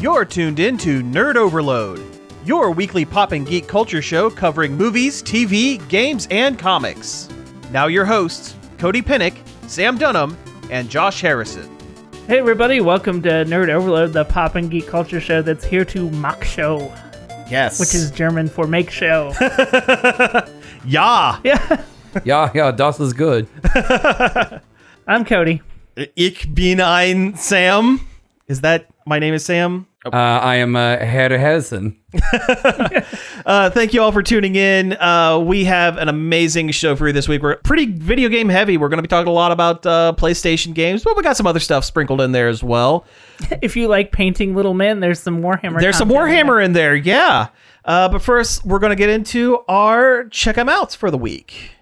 You're tuned in to Nerd Overload, your weekly pop and geek culture show covering movies, TV, games, and comics. Now, your hosts, Cody Pinnick, Sam Dunham, and Josh Harrison. Hey everybody, welcome to Nerd Overload, the pop and geek culture show that's here to mock show, Yes. which is German for make show. Yeah. yeah, Yeah, yeah, das is good. Uh, I'm Cody. Ich bin ein Sam. Is that my name is Sam? Uh, I am uh, Herr Hessen. Uh, thank you all for tuning in. Uh, we have an amazing show for you this week. We're pretty video game heavy. We're going to be talking a lot about uh, PlayStation games, but we got some other stuff sprinkled in there as well. If you like painting little men, there's some Warhammer. There's some content in Warhammer in there, yeah. Uh, but first, we're going to get into our check 'em outs for the week.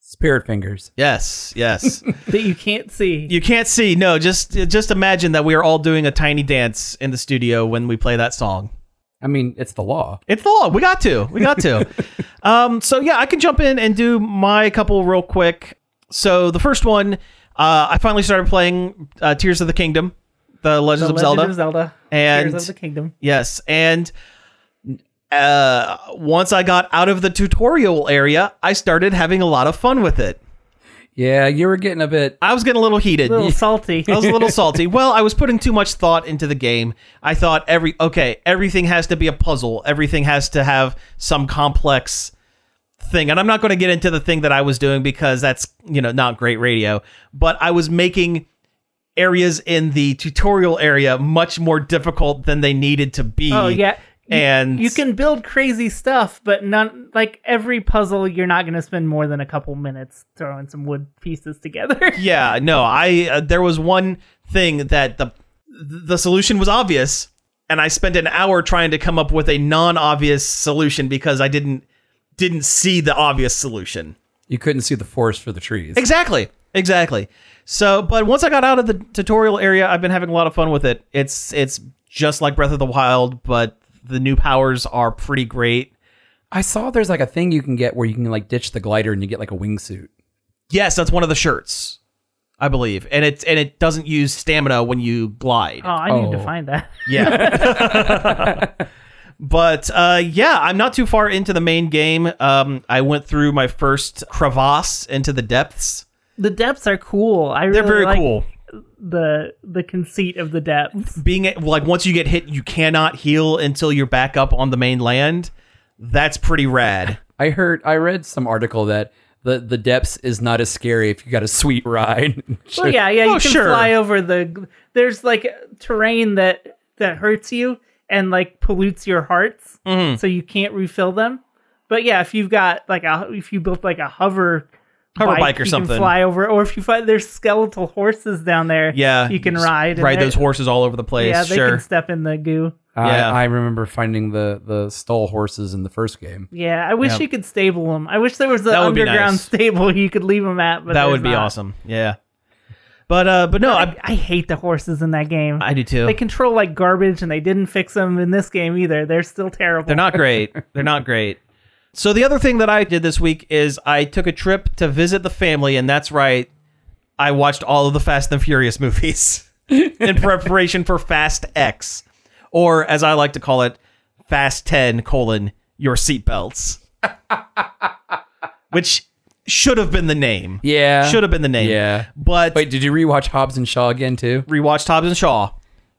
Spirit fingers. Yes, yes. there that you can't see. you can't see. No, just just imagine that we are all doing a tiny dance in the studio when we play that song. I mean, it's the law. It's the law. We got to. We got to. um, so yeah, I can jump in and do my couple real quick. So the first one, uh, I finally started playing uh, Tears of the Kingdom, the Legends The of Legend Zelda. of Zelda, And- Tears of the Kingdom. Yes, and uh, once I got out of the tutorial area, I started having a lot of fun with it. Yeah, you were getting a bit. I was getting a little heated. A little salty. I was a little salty. Well, I was putting too much thought into the game. I thought every okay, everything has to be a puzzle. Everything has to have some complex thing. And I'm not going to get into the thing that I was doing because that's, you know, not great radio, but I was making areas in the tutorial area much more difficult than they needed to be. Oh yeah. You- And you can build crazy stuff, but not like every puzzle. You're not going to spend more than a couple minutes throwing some wood pieces together. yeah no i uh, there was one thing that the the solution was obvious and i spent an hour trying to come up with a non-obvious solution because i didn't didn't see the obvious solution You couldn't see the forest for the trees. exactly exactly so but once i got out of the tutorial area i've been having a lot of fun with it it's it's just like breath of the wild but the new powers are pretty great I saw there's like a thing you can get where you can like ditch the glider and you get like a wingsuit. yes that's one of the shirts i believe and it's and it doesn't use stamina when you glide Oh, I need to Oh. find that. Yeah. but uh, yeah, I'm not too far into the main game. Um, I went through my first crevasse into the depths. The depths are cool. I They're really very like cool. the the conceit of the depths. Being a- like once you get hit, you cannot heal until you're back up on the mainland. That's pretty rad. I heard, I read some article that the, the depths is not as scary if you got a sweet ride. Well, yeah, yeah, you Oh, can sure. fly over the. There's like terrain that that hurts you and like pollutes your hearts, Mm-hmm. so you can't refill them. But yeah, if you've got like a if you built like a hover Hover bike or you something. can fly over, or if you find there's skeletal horses down there, Yeah, you can just ride and ride they're- those horses all over the place. Yeah, they sure. can step in the goo. Yeah. I, I remember finding the, the stall horses in the first game. Yeah, I wish Yeah. you could stable them. I wish there was an That would be underground nice. stable you could leave them at. But that would there's be not. awesome. Yeah. But uh, but no, I, I hate the horses in that game. I do too. they control like garbage and they didn't fix them in this game either. They're still terrible. They're not great. They're not great. So the other thing that I did this week is I took a trip to visit the family, and that's right, I watched all of the Fast and Furious movies in preparation for Fast X, or as I like to call it, Fast Ten colon your seatbelts, which should have been the name. Yeah. should have been the name. Yeah. but Wait, did you rewatch Hobbs and Shaw again too? rewatched Hobbs and Shaw.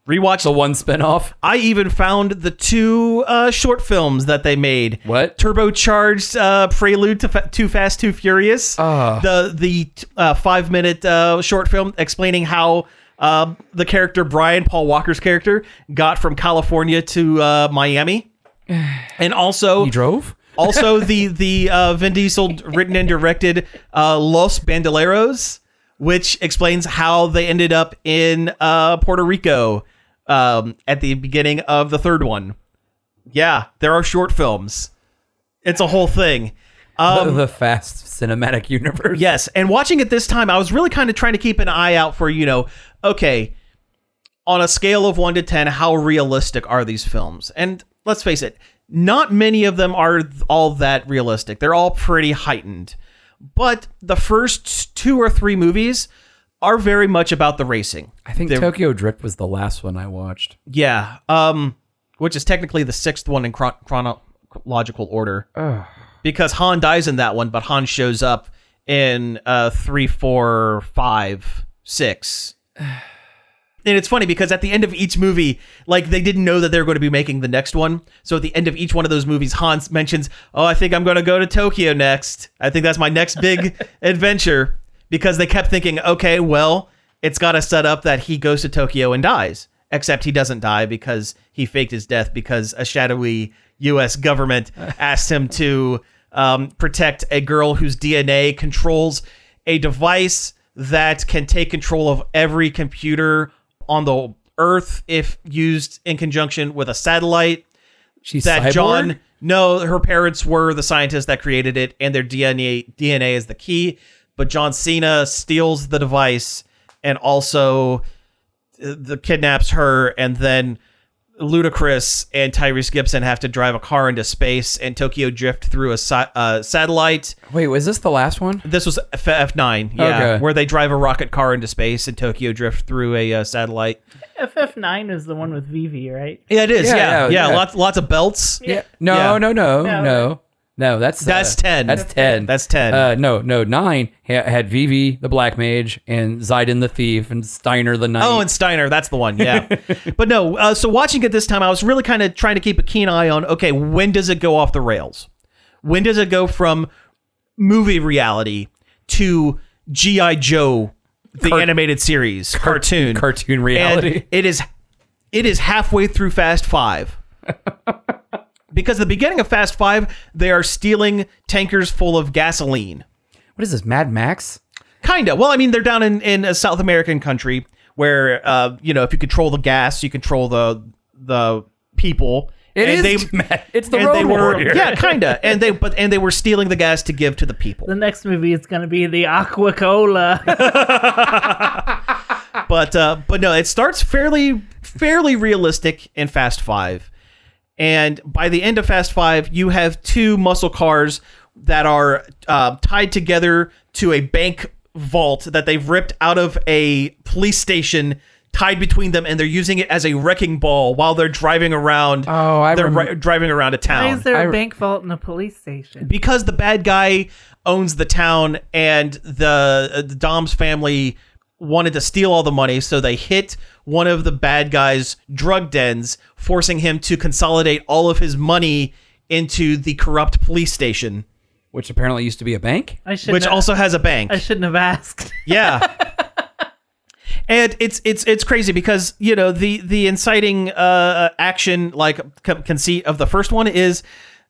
Rewatched The one spinoff? I even found the two uh, short films that they made. What? turbocharged uh, prelude to fa- Too Fast, Too Furious? Ah. The the uh, five minute uh, short film explaining how um the character Brian Paul Walker's character got from California to uh, Miami, and also He drove? also the the uh, Vin Diesel written and directed uh, Los Bandoleros, which explains how they ended up in uh, Puerto Rico um, at the beginning of the third one. Yeah, there are short films. It's a whole thing. the, the fast cinematic universe. Yes, and watching it this time, I was really kind of trying to keep an eye out for you know, okay, on a scale of one to ten, how realistic are these films? And let's face it, not many of them are th- all that realistic. They're all pretty heightened. But the first two or three movies are very much about the racing. I think Tokyo Drift was the last one I watched. Yeah. Um, which is technically the sixth one in chron- chronological order. Because Han dies in that one, but Han shows up in uh, three, four, five, six. And it's funny because at the end of each movie, like they didn't know that they were going to be making the next one. So at the end of each one of those movies, Hans mentions, "Oh, I think I'm going to go to Tokyo next. I think that's my next big adventure." Because they kept thinking, "Okay, well, it's got to set up that he goes to Tokyo and dies." Except he doesn't die because he faked his death because a shadowy U.S. government asked him to um, protect a girl whose DNA controls a device that can take control of every computer on the Earth if used in conjunction with a satellite. She's That cyborg? John, no, her parents were the scientists that created it, and their DNA DNA is the key. But John Cena steals the device and also uh, the kidnaps her, and then Ludacris and Tyrese Gibson have to drive a car into space and Tokyo drift through a sa- uh, satellite. Wait, was this the last one? This was F- F9, yeah, Okay. where they drive a rocket car into space and Tokyo drift through a uh, satellite. FF9 is the one with Vivi, right? Yeah, it is. Yeah, Yeah, yeah, yeah, yeah. Lots, lots of belts. Yeah. No, Yeah. no, no, No. no, no, That's uh, That's 10. That's ten. That's 10. Uh, no, no, nine ha- had Vivi the Black Mage and Zidon the Thief and Steiner the Knight. Oh, and Steiner, that's the one. Yeah, but no. Uh, so watching it this time, I was really kind of trying to keep a keen eye on. Okay, when does it go off the rails? When does it go from movie reality to GI Joe, the animated series cartoon, cartoon and reality. it is it is halfway through Fast Five. Because at the beginning of Fast Five, they are stealing tankers full of gasoline. what is this, Mad Max? Kinda. Well, I mean, they're down in, in a South American country where, uh, you know, if you control the gas, you control the the people. It is. They, it's the and Road they were, Warrior. yeah, kinda. And they but and they were stealing the gas to give to the people. The next movie is going to be the Aqua Cola. But uh, but no, it starts fairly fairly realistic in Fast Five, and by the end of Fast Five, you have two muscle cars that are uh, tied together to a bank vault that they've ripped out of a police station. Tied between them, and they're using it as a wrecking ball while they're driving around. Oh, I they're remem- ri- driving around a town Why is there a I- bank vault in a police station? because the bad guy owns the town and the, uh, the Dom's family wanted to steal all the money so they hit one of the bad guy's drug dens forcing him to consolidate all of his money into the corrupt police station Which apparently used to be a bank. I should which also has a bank I shouldn't have asked. yeah. And it's it's it's crazy because you know the the inciting uh, action like con- conceit of the first one is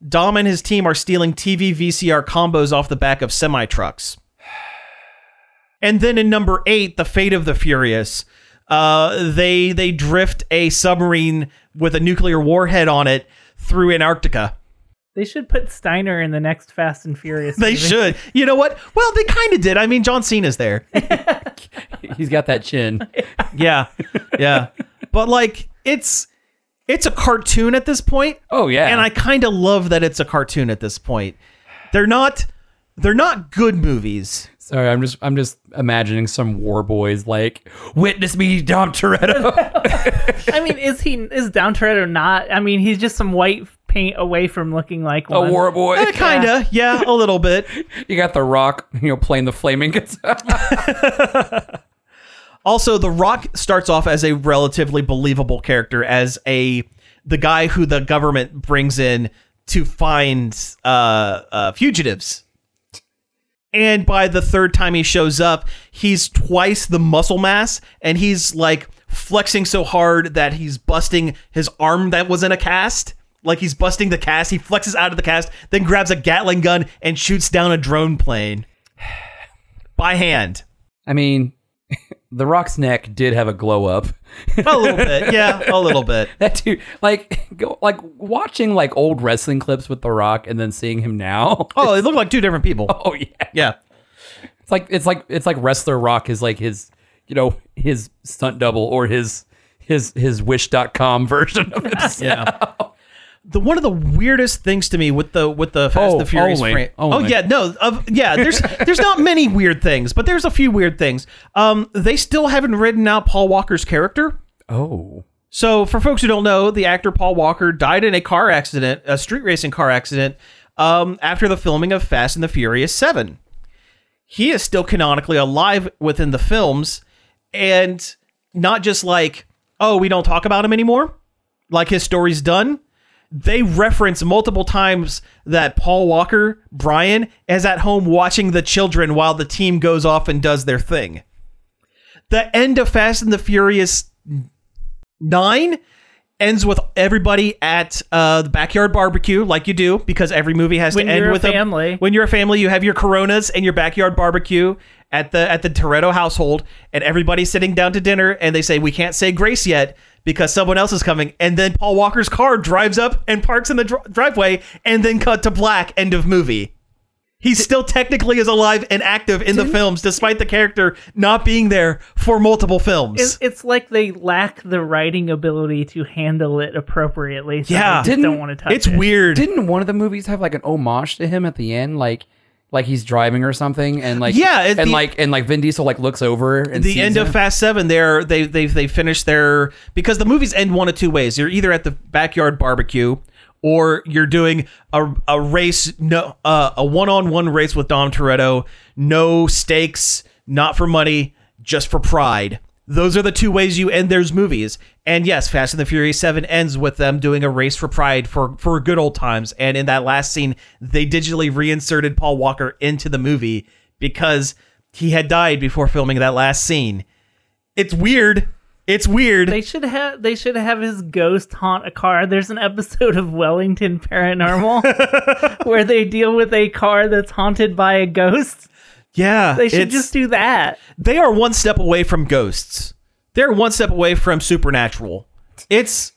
Dom and his team are stealing TV VCR combos off the back of semi trucks. And then in number eight, the fate of the furious, uh, they they drift a submarine with a nuclear warhead on it through Antarctica. They should put Steiner in the next Fast and Furious. They movie. should, you know what? Well, they kind of did. I mean, John Cena's there. He's got that chin. Yeah. Yeah. but like it's it's a cartoon at this point. Oh yeah. And I kind of love that it's a cartoon at this point. They're not they're not good movies. sorry, I'm just I'm just imagining some war boys like witness me, Dom Toretto. I mean, is he is Down Toretto not? I mean, he's just some white paint away from looking like a one. war boy. Eh, kinda, yeah. a little bit. You got the Rock, you know, playing the flaming guitar. Also, The Rock starts off as a relatively believable character, as a the guy who the government brings in to find uh, uh, fugitives. And by the third time he shows up, he's twice the muscle mass, and he's like flexing so hard that he's busting his arm that was in a cast. Like he's busting the cast, he flexes out of the cast, then grabs a Gatling gun and shoots down a drone plane by hand. I mean, the Rock's neck did have a glow up. A little bit, yeah, a little bit. That dude, like, go, like watching like old wrestling clips with The Rock and then seeing him now. Oh, they look like two different people. Oh yeah, Yeah. it's like it's like it's like wrestler Rock is like his, you know, his stunt double or his his his wish.com version of himself. Yeah. the one of the weirdest things to me with the with the Fast Oh, and the Furious only. fran- Oh Only. yeah, no, of, yeah. There's there's not many weird things, but there's a few weird things. Um, they still haven't written out Paul Walker's character. Oh. So, for folks who don't know, the actor Paul Walker died in a car accident, a street racing car accident, um, after the filming of Fast and the Furious 7. He is still canonically alive within the films, and not just like, oh, we don't talk about him anymore, like his story's done. They reference multiple times that Paul Walker, Brian, is at home watching the children while the team goes off and does their thing. The end of Fast and the Furious nine ends with everybody at uh, the backyard barbecue, like you do, because every movie has When to end you're a with family. when you're a family, you have your Coronas and your backyard barbecue at the at the Toretto household, and everybody's sitting down to dinner, and they say we can't say grace yet because someone else is coming, and then Paul Walker's car drives up and parks in the dr- driveway, and then cut to black. End of movie. He still technically is alive and active in the films, despite the character not being there for multiple films. It's, it's like they lack the writing ability to handle it appropriately. So Yeah. yeah, just Didn't- don't want to touch it's it. weird. Didn't one of the movies have like an homage to him at the end? Like like he's driving or something and like Yeah, it- and the- like and like Vin Diesel like looks over and the sees end of him. Fast Seven, they're they they they finish their because the movies end one of two ways. You're either at the backyard barbecue, or you're doing a a race no uh, a one on one race with Dom Toretto, no stakes, not for money, just for pride. Those are the two ways you end those movies. And yes, Fast and the Furious 7 ends with them doing a race for pride for, for good old times. And in that last scene, they digitally reinserted Paul Walker into the movie because he had died before filming that last scene. It's weird. It's weird. They should have they should have his ghost haunt a car. There's an episode of Wellington Paranormal where they deal with a car that's haunted by a ghost. yeah. They should it's- just do that. they are one step away from ghosts. They're one step away from supernatural. It's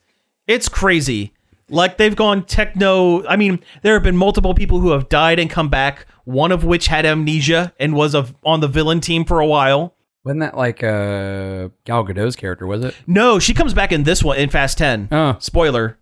it's crazy. Like they've gone techno. I mean, there have been multiple people who have died and come back. One of which had amnesia and was of on the villain team for a while. Wasn't that like uh Gal Gadot's character, was it? No, she comes back in this one in Fast Ten. Oh. Spoiler.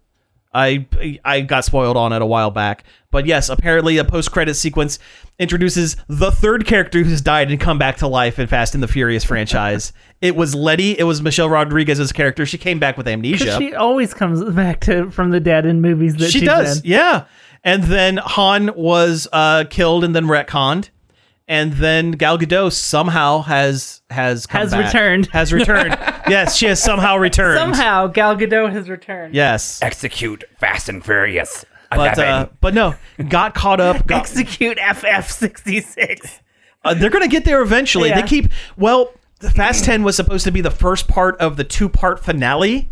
I I got spoiled on it a while back. But yes, apparently a post credit sequence introduces the third character who's died and come back to life in Fast and the Furious franchise. it was Letty, it was Michelle Rodriguez's character. She came back with amnesia. 'Cause She always comes back to from the dead in movies that She she's does, in. yeah. And then Han was uh, killed and then retconned, and then Gal Gadot somehow has has come Has back. returned. has returned. yes, she has somehow returned. Somehow Gal Gadot has returned. yes. Execute fast and furious. But uh, but no, got caught up. Got, Execute FF sixty six. uh, they're gonna get there eventually. Yeah. They keep well. The Fast Ten was supposed to be the first part of the two part finale.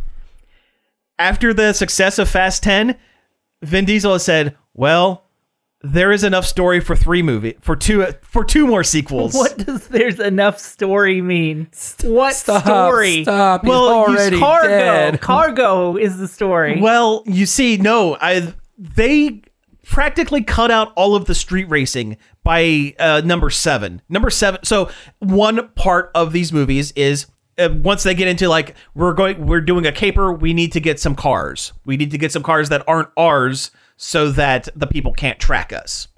After the success of Fast Ten, Vin Diesel has said, "Well, there is enough story for three movie for two for two more sequels." What does there's enough story mean? What Stop, story? Stop. He's Well, he's already Cargo. dead. Cargo is the story. Well, you see, no, I they practically cut out all of the street racing by uh, number seven. Number seven. So one part of these movies is. Uh, once they get into like we're going we're doing a caper we need to get some cars we need to get some cars that aren't ours so that the people can't track us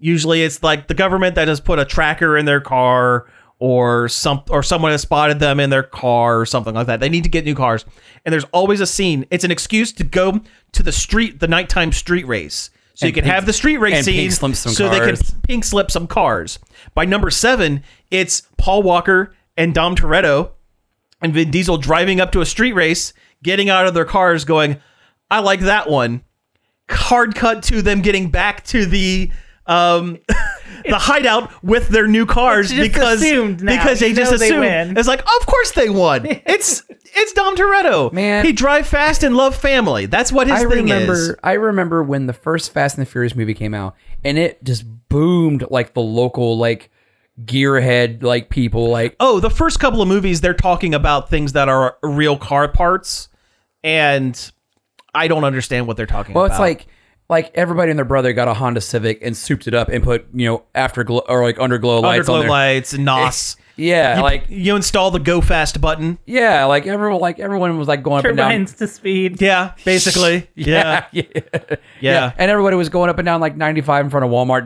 Usually it's like the government that has put a tracker in their car or some or someone has spotted them in their car or something like that. They need to get new cars. And there's always a scene. It's an excuse to go to the street, the nighttime street race. So you And can pink- have the street race and scene pink slip some so they can cars. pink slip some cars. By number 7, it's Paul Walker and Dom Toretto and Vin Diesel driving up to a street race, getting out of their cars going, "I like that one." Hard cut to them getting back to the um the hideout with their new cars It's just because assumed now. because they You just know they assumed win. it's like of course they won. It's it's Dom Toretto. Man. he drive fast and love family. That's what his I thing remember is. I remember when the first Fast and the Furious movie came out and it just boomed like the local like gearhead like people like Oh, the first couple of movies they're talking about things that are real car parts, and I don't understand what they're talking Well, about. it's like like everybody and their brother got a Honda Civic and souped it up and put you know afterglow or like underglow lights underglow on there. lights and nos. Yeah, like You install the go fast button. yeah, like everyone like everyone was like going up and down. Turbines to speed. Yeah, basically. yeah. yeah. Yeah. And everybody was going up and down like 95 in front of Walmart.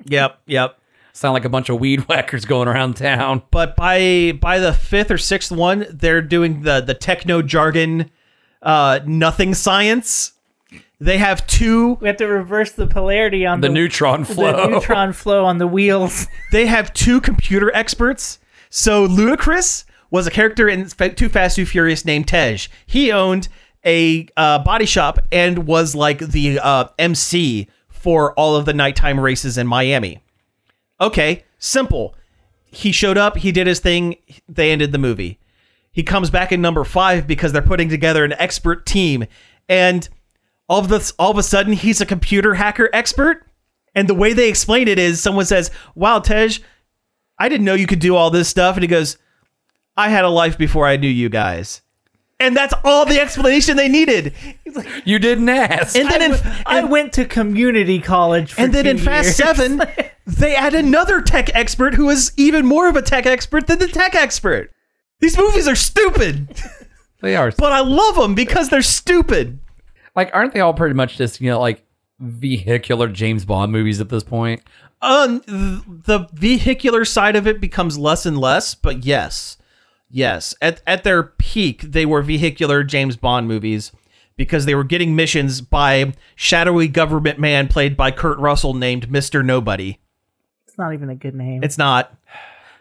Just Yep. Yep. sound like a bunch of weed whackers going around town. But by by the fifth or sixth one, they're doing the the techno jargon, uh, nothing science. They have two. We have to reverse the polarity on The the, neutron flow. the neutron flow on the wheels. They have two computer experts. So Ludacris was a character in Fa- Too Fast, Too Furious named Tej. He owned a uh, body shop and was like the uh, MC for all of the nighttime races in Miami. Okay, simple. He showed up. He did his thing. They ended the movie. He comes back in number five because they're putting together an expert team, and all of this, all of a sudden, he's a computer hacker expert. And the way they explain it is, someone says, "Wow, Tej, I didn't know you could do all this stuff," and he goes, "I had a life before I knew you guys." And that's all the explanation they needed. You didn't ask. And then in, I went to community college for and then two in Fast years. Seven, they add another tech expert who is even more of a tech expert than the tech expert. These movies are stupid, they are but I love them because they're stupid. like aren't they all pretty much just, you know, like vehicular James Bond movies at this point? Um, th- the vehicular side of it becomes less and less, but yes, yes. At at their peak, they were vehicular James Bond movies because they were getting missions by shadowy government man played by Kurt Russell named Mister Nobody. It's not even a good name. It's not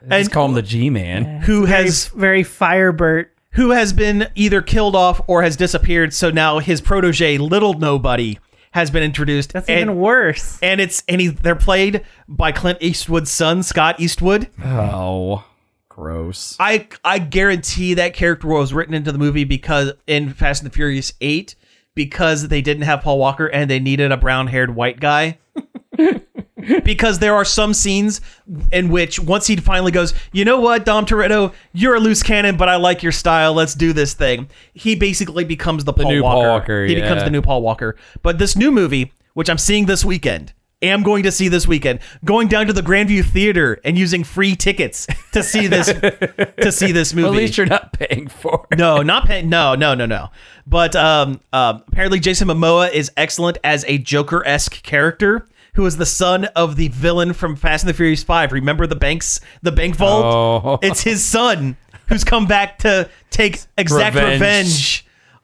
Let's call him the G-Man. who has very Firebird. who has been either killed off or has disappeared. So now his protege, Little Nobody, has been introduced. That's and, even worse. and it's and he, they're played by Clint Eastwood's son, Scott Eastwood. Oh, gross. I I guarantee that character was written into the movie because in Fast and the Furious Eight because they didn't have Paul Walker and they needed a brown haired white guy. because there are some scenes in which once he finally goes, you know what, Dom Toretto, you're a loose cannon, but I like your style. Let's do this thing. He basically becomes the, Paul new Walker. Paul Walker, he becomes yeah. the new Paul Walker. But this new movie, which I'm seeing this weekend, am going to see this weekend, going down to the Grandview Theater and using free tickets to see this to see this movie. At least you're not paying for it. No, not pay- no, no, no, no. But um, um, apparently, Jason Momoa is excellent as a Joker esque character who is the son of the villain from Fast and the Furious Five. Remember the banks, the bank vault? Oh. It's his son who's come back to take exact Revenge. revenge,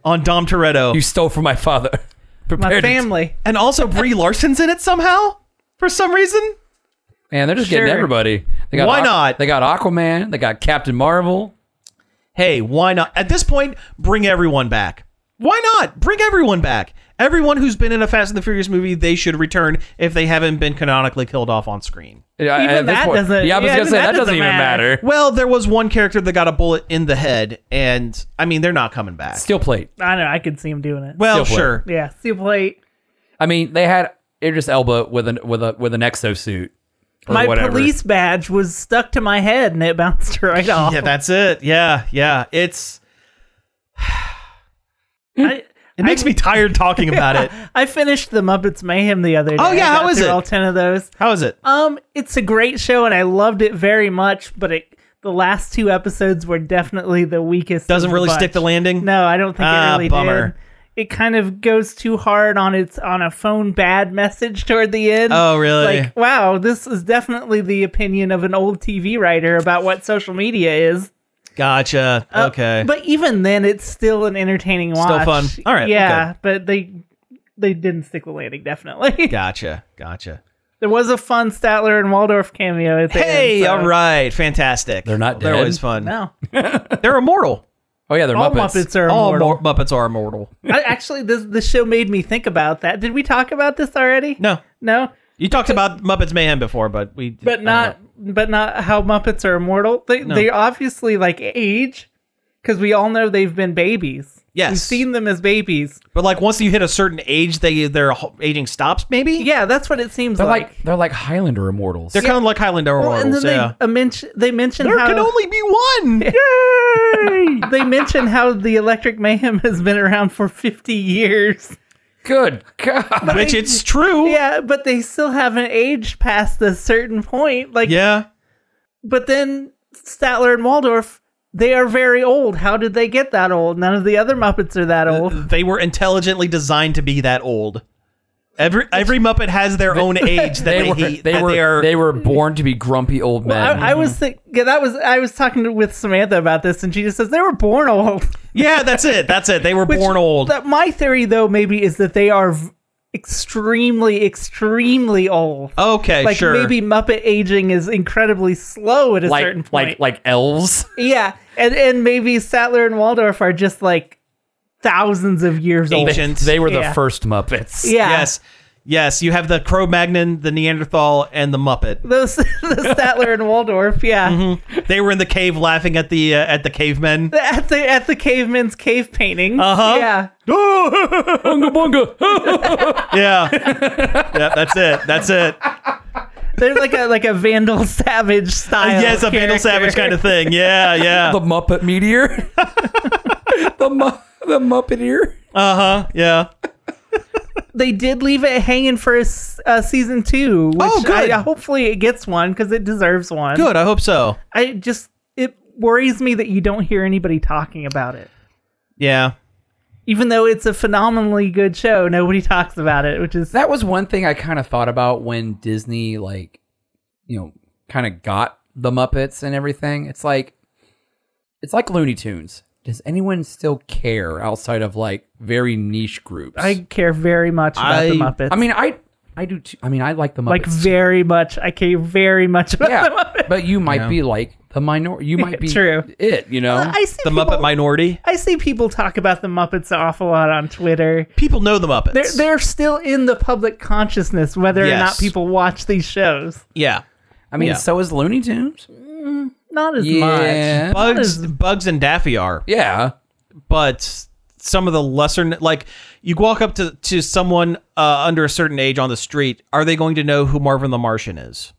on Dom Toretto, You stole from my father. My Prepare to- family. and also Brie Larson's in it somehow for some reason. Man, they're just getting Sure. everybody. They got Why Aqu- not? They got Aquaman. They got Captain Marvel. hey, why not? At this point, bring everyone back. Why not? Bring everyone back. Everyone who's been in a Fast and the Furious movie, they should return if they haven't been canonically killed off on screen. Even that doesn't- Yeah, I was yeah, gonna even that say that doesn't doesn't even matter. matter. Well, there was one character that got a bullet in the head, and I mean, they're not coming back. Steel plate. I know. I could see him doing it. well, Still sure. yeah. Steel plate. I mean, they had Idris Elba with an with a with an exosuit. or My whatever. police badge was stuck to my head and it bounced right off. Yeah, that's it. Yeah, yeah. It's I, it makes me tired talking about it. I finished the Muppets Mayhem the other day. Oh, yeah, I got how is through it? All ten of those. How is it? Um, it's a great show and I loved it very much, but it, the last two episodes were definitely the weakest. of Doesn't the really bunch. stick the landing. No, I don't think Ah, it really bummer. did. It kind of goes too hard on its on a phone bad message toward the end. Oh, really? Like, wow, this is definitely the opinion of an old TV writer about what social media is. Gotcha. okay. But even then, it's still an entertaining watch. fun. All right, Yeah, but they they didn't stick the landing. Definitely. gotcha. Gotcha. There was a fun Statler and Waldorf cameo. At the Hey, end, so- all right, fantastic. They're not They're dead? always fun. No, They're immortal. Oh yeah, they're all Muppets. Muppets, are All immortal. mor- Muppets are immortal. I, actually, this the show made me think about that. Did we talk about this already? No, no. You talked about Muppets Mayhem before, but we I but don't not but not how Muppets are immortal. They they obviously like age because we all know they've been babies. Yes. we've seen them as babies. know. But like once you hit a certain age, they their ho- aging stops. Maybe Yeah, that's what it seems They're like. like they're like Highlander immortals. they're kind of like Highlander well, and Immortals. then they yeah. uh, mention they mention There how can only be one. Yay! they mention how the Electric Mayhem has been around for fifty years. Good God. Which it's true. Yeah, but they still haven't aged past a certain point. Like Yeah. But then Statler and Waldorf, they are very old. How did they get that old? None of the other Muppets are that old. They were intelligently designed to be that old. Every every Muppet has their own age that they, They were he- they that were they are they were born to be grumpy old men. I, I was mm-hmm. thinking that was I was talking to, with Samantha about this, and she just says they were born old. Yeah, that's it. That's it. They were Which- born old. That my theory though maybe is that they are v- extremely extremely old. okay, like Uh, sure. maybe Muppet aging is incredibly slow at a certain like point. like like elves. Yeah, and and maybe Sattler and Waldorf are just like thousands of years old. Ancient. They were the Yeah. first Muppets. Yeah. Yes. Yes, you have the Cro-Magnon, the Neanderthal, and the Muppet. Those the Sattler and Waldorf, yeah. They were in the cave laughing at the uh, at the cavemen. At the at the caveman's cave painting. Uh-huh. Yeah. Bunga bunga. Yeah. yeah, that's it. That's it. They're like a like a Vandal Savage style. yes, a Vandal character. Savage kind of thing. Yeah, yeah. the Muppet meteor. the mu- the Muppeteer. Uh-huh. Yeah. They did leave it hanging for a s- uh, season two. Which Oh, good. I, hopefully it gets one because it deserves one. Good, I hope so. I just it worries me that you don't hear anybody talking about it. Yeah. Even though it's a phenomenally good show, nobody talks about it, which is That was one thing I kind of thought about when Disney like you know kind of got the Muppets and everything. It's like it's like Looney Tunes. Does anyone still care outside of like very niche groups? I care very much about I- the Muppets. I mean I I do too. I mean I like the Muppets. like very much. I care very much about the yeah, Muppets. but you might be like the minor. You might be True. It you know I see Um, The people, Muppet minority. I see people talk about the Muppets an awful lot on Twitter. People know the Muppets. They're they're still in the public consciousness, whether or not Yes. people watch these shows. yeah. I mean yeah. so is Looney Tunes. Not as much. Yeah. Bugs Bugs and Daffy are. Yeah. but some of the lesser like you walk up to to someone uh, under a certain age on the street are they going to know who marvin the martian is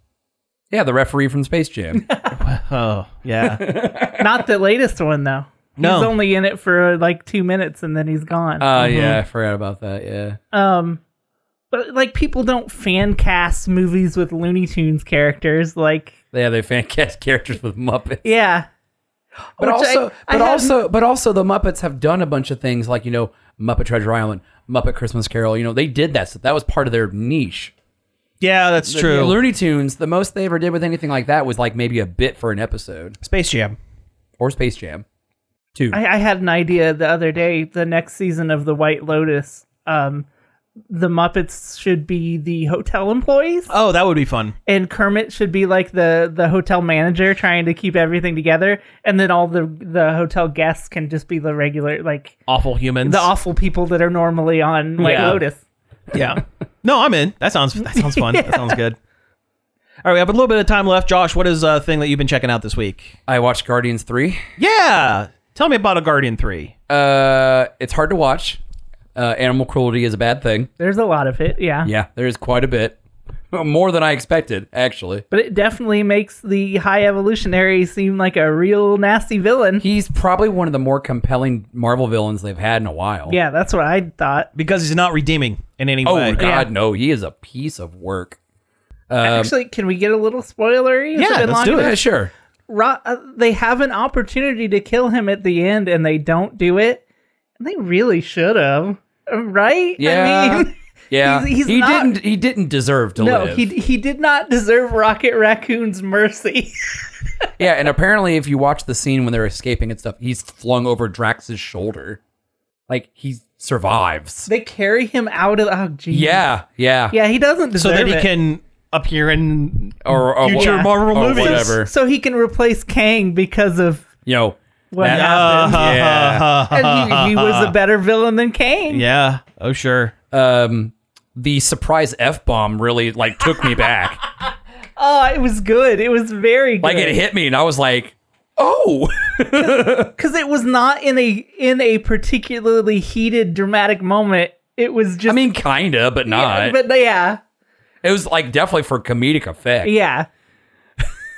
Yeah, the referee from Space Jam. Uh, oh yeah Not the latest one though. No. Uh, He's only in it for like two minutes and then he's gone. Oh Mm-hmm. yeah, I forgot about that. Yeah. but like people don't fan cast movies with Looney Tunes characters. Like yeah, they fan cast characters with Muppets. yeah. Which But I- also, I but hadn't- also, but also, the Muppets have done a bunch of things like you know Muppet Treasure Island, Muppet Christmas Carol. You know, they did that. So that was part of their niche. yeah that's You know, true Looney Tunes. The most they ever did with anything like that was like maybe a bit for an episode space jam or Space Jam. Two. I, I had an idea the other day. The next season of The White Lotus, um, the Muppets should be the hotel employees, oh that would be fun and Kermit should be like the the hotel manager trying to keep everything together, and then all the the hotel guests can just be the regular like awful humans the awful people that are normally on White Yeah. Lotus. yeah no i'm in that sounds that sounds fun that sounds good all right we have a little bit of time left josh what is a thing that you've been checking out this week I watched Guardians three. yeah tell me about a guardian 3 Uh, it's hard to watch. Uh, animal cruelty is a bad thing. There's a lot of it, yeah. Yeah, there is quite a bit, more than I expected actually. But it definitely makes the high evolutionary seem like a real nasty villain. He's probably one of the more compelling Marvel villains they've had in a while. yeah, that's what I thought. because he's not redeeming in any Oh way God, no, he is a piece of work. Actually, can we get a little spoilery? Has it Um, yeah, been let's long do it. enough? Yeah, sure. Ro- uh, they have an opportunity to kill him at the end and they don't do it. And they really should have, right? Yeah. I mean, Yeah, He's- he's he not- didn't. He didn't deserve to no, live. he he did not deserve Rocket Raccoon's mercy. yeah, and apparently, if you watch the scene when they're escaping and stuff, he's flung over Drax's shoulder. Like he survives. they carry him out of oh geez. yeah, yeah, Yeah, he doesn't so deserve that he it. can appear in Or, or future Yeah. marvel or movies whatever. so he can replace Kang because of You know, what That- uh, happened. yeah. and he, he was a better villain than Kang. Yeah. Oh, sure. Um, the surprise f bomb really like took me back. Oh, it was good. It was very good. like it hit me, and I was like, "Oh, because it was not in a in a particularly heated dramatic moment. It was just I mean, kinda, but not." but yeah, it was like definitely for comedic effect. yeah.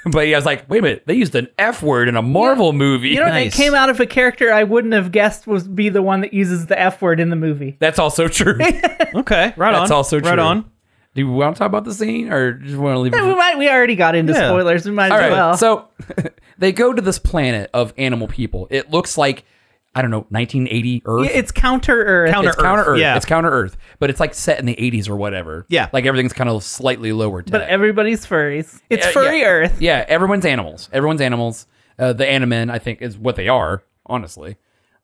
But yeah, I was like, wait a minute, they used an F word in a Marvel movie. You know, Nice. it came out of a character I wouldn't have guessed was be the one that uses the F word in the movie. That's also true. Okay. Right on. That's also true. Right on. Do we want to talk about the scene or just want to leave it? We might. We already got into Yeah. spoilers. We might All as right. well. So they go to this planet of animal people. It looks like I don't know, 1980 Earth. Yeah, it's counter Earth. Counter- it's counter Earth. yeah. It's counter Earth, but it's like set in the 80s or whatever. Yeah. Like everything's kind of slightly lower tech. but everybody's furries. It's Uh, furry yeah. Earth. Yeah, everyone's animals. Everyone's animals. Uh, the animan, I think, is what they are, honestly.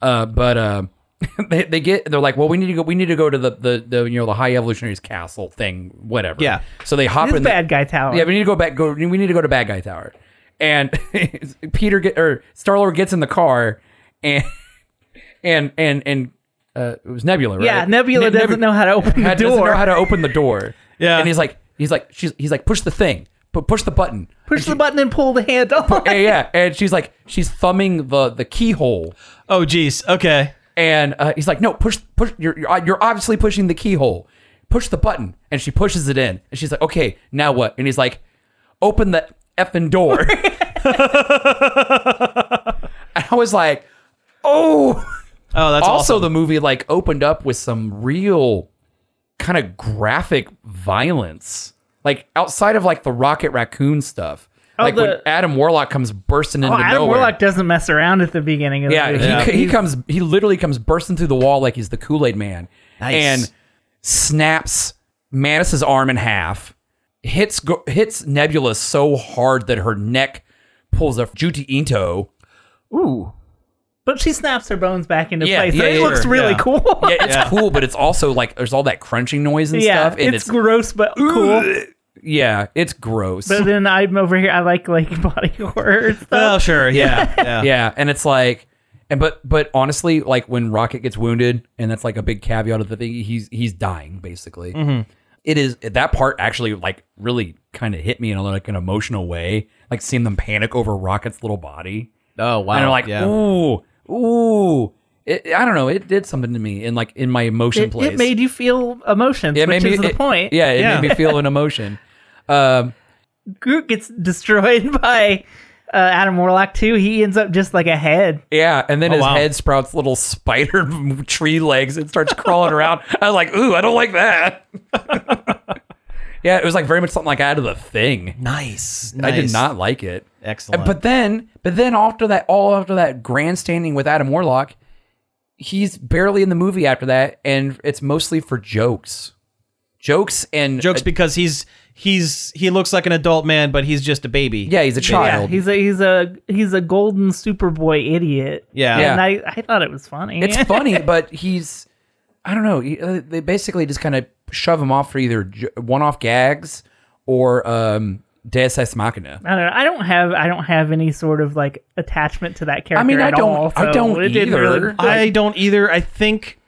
Uh, but uh, they, they get they're like, well, we need to go. We need to go to the the, the you know the high evolutionaries castle thing, whatever. Yeah. So they hop It's in. bad guy tower. The, yeah, we need to go back. Go. We need to go to Bad Guy Tower. And Peter get, or Star Lord gets in the car, and and and and uh, it was Nebula, right? Yeah, Nebula Ne- doesn't know how to open the had- doesn't know door. how to open the door. Yeah. and he's like, he's like, she's, he's like, push the thing, Pu- push the button, Push the button and pull the hand off. yeah, yeah, and she's like, she's thumbing the the keyhole, Oh, geez. Okay. and uh, he's like, no, push, push. You're you're you're obviously pushing the keyhole. Push the button, and she pushes it in, and she's like, okay, now what? And he's like, open the effing door. and I was like, oh Oh, that's also awesome. the movie like opened up with some real kind of graphic violence like outside of like the rocket raccoon stuff like when Oh, the- adam warlock comes bursting into Oh, Adam nowhere Warlock doesn't mess around at the beginning of yeah, the he, movie. he comes he literally comes bursting through the wall like he's the kool-aid man Nice. and snaps Mantis's arm in half hits go- hits nebula so hard that her neck pulls a juti into Ooh. But she snaps her bones back into Yeah, place. yeah, and it yeah, looks really yeah. cool. yeah, it's cool, but it's also like there's all that crunching noise and Yeah, stuff, and it's, it's, gross but cool. yeah, it's gross. But then I'm over here. I like like body horror and stuff. Well, Oh, sure. Yeah. Yeah. yeah, and it's like, and but but honestly, like when Rocket gets wounded, and that's like a big caveat of the thing, he's he's dying basically. Mm-hmm. It is that part actually like really kind of hit me in a, like an emotional way, like seeing them panic over Rocket's little body. Oh, wow. and I'm like, ooh, ooh. It, I don't know. It did something to me in like in my emotion it, place. it made you feel emotions, Yeah, it which made me- is the it- point. Yeah, it Yeah. made me feel an emotion. Um, Groot gets destroyed by uh, Adam Warlock too. He ends up just like a head. Yeah, and then his Oh, wow. head sprouts little spider tree legs and starts crawling around. I was like, ooh, I don't like that. yeah, it was like very much something like out of the thing. nice. I did nice. not like it. Excellent. But then, but then after that, all after that grandstanding with Adam Warlock, he's barely in the movie after that, and it's mostly for jokes, jokes and jokes because he's he's he looks like an adult man, but he's just a baby. yeah, he's a Yeah, child. he's a he's a he's a golden Superboy idiot. Yeah. Yeah. and I, I thought it was funny. It's funny, but he's I don't know. he- uh, They basically just kind of shove him off for either j- one-off gags or um, Deus Ex Machina. I don't know. I don't have I don't have any sort of like attachment to that character. I mean, I at don't- all, I so don't it didn't either. really- I don't either. I think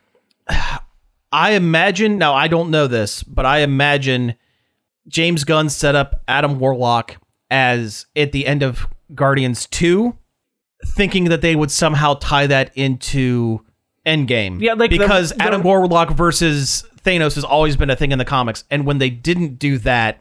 I imagine now I don't know this, but I imagine James Gunn set up Adam Warlock as at the end of Guardians 2 thinking that they would somehow tie that into Endgame. Yeah, like the- because the- Adam Warlock versus Thanos has always been a thing in the comics and when they didn't do that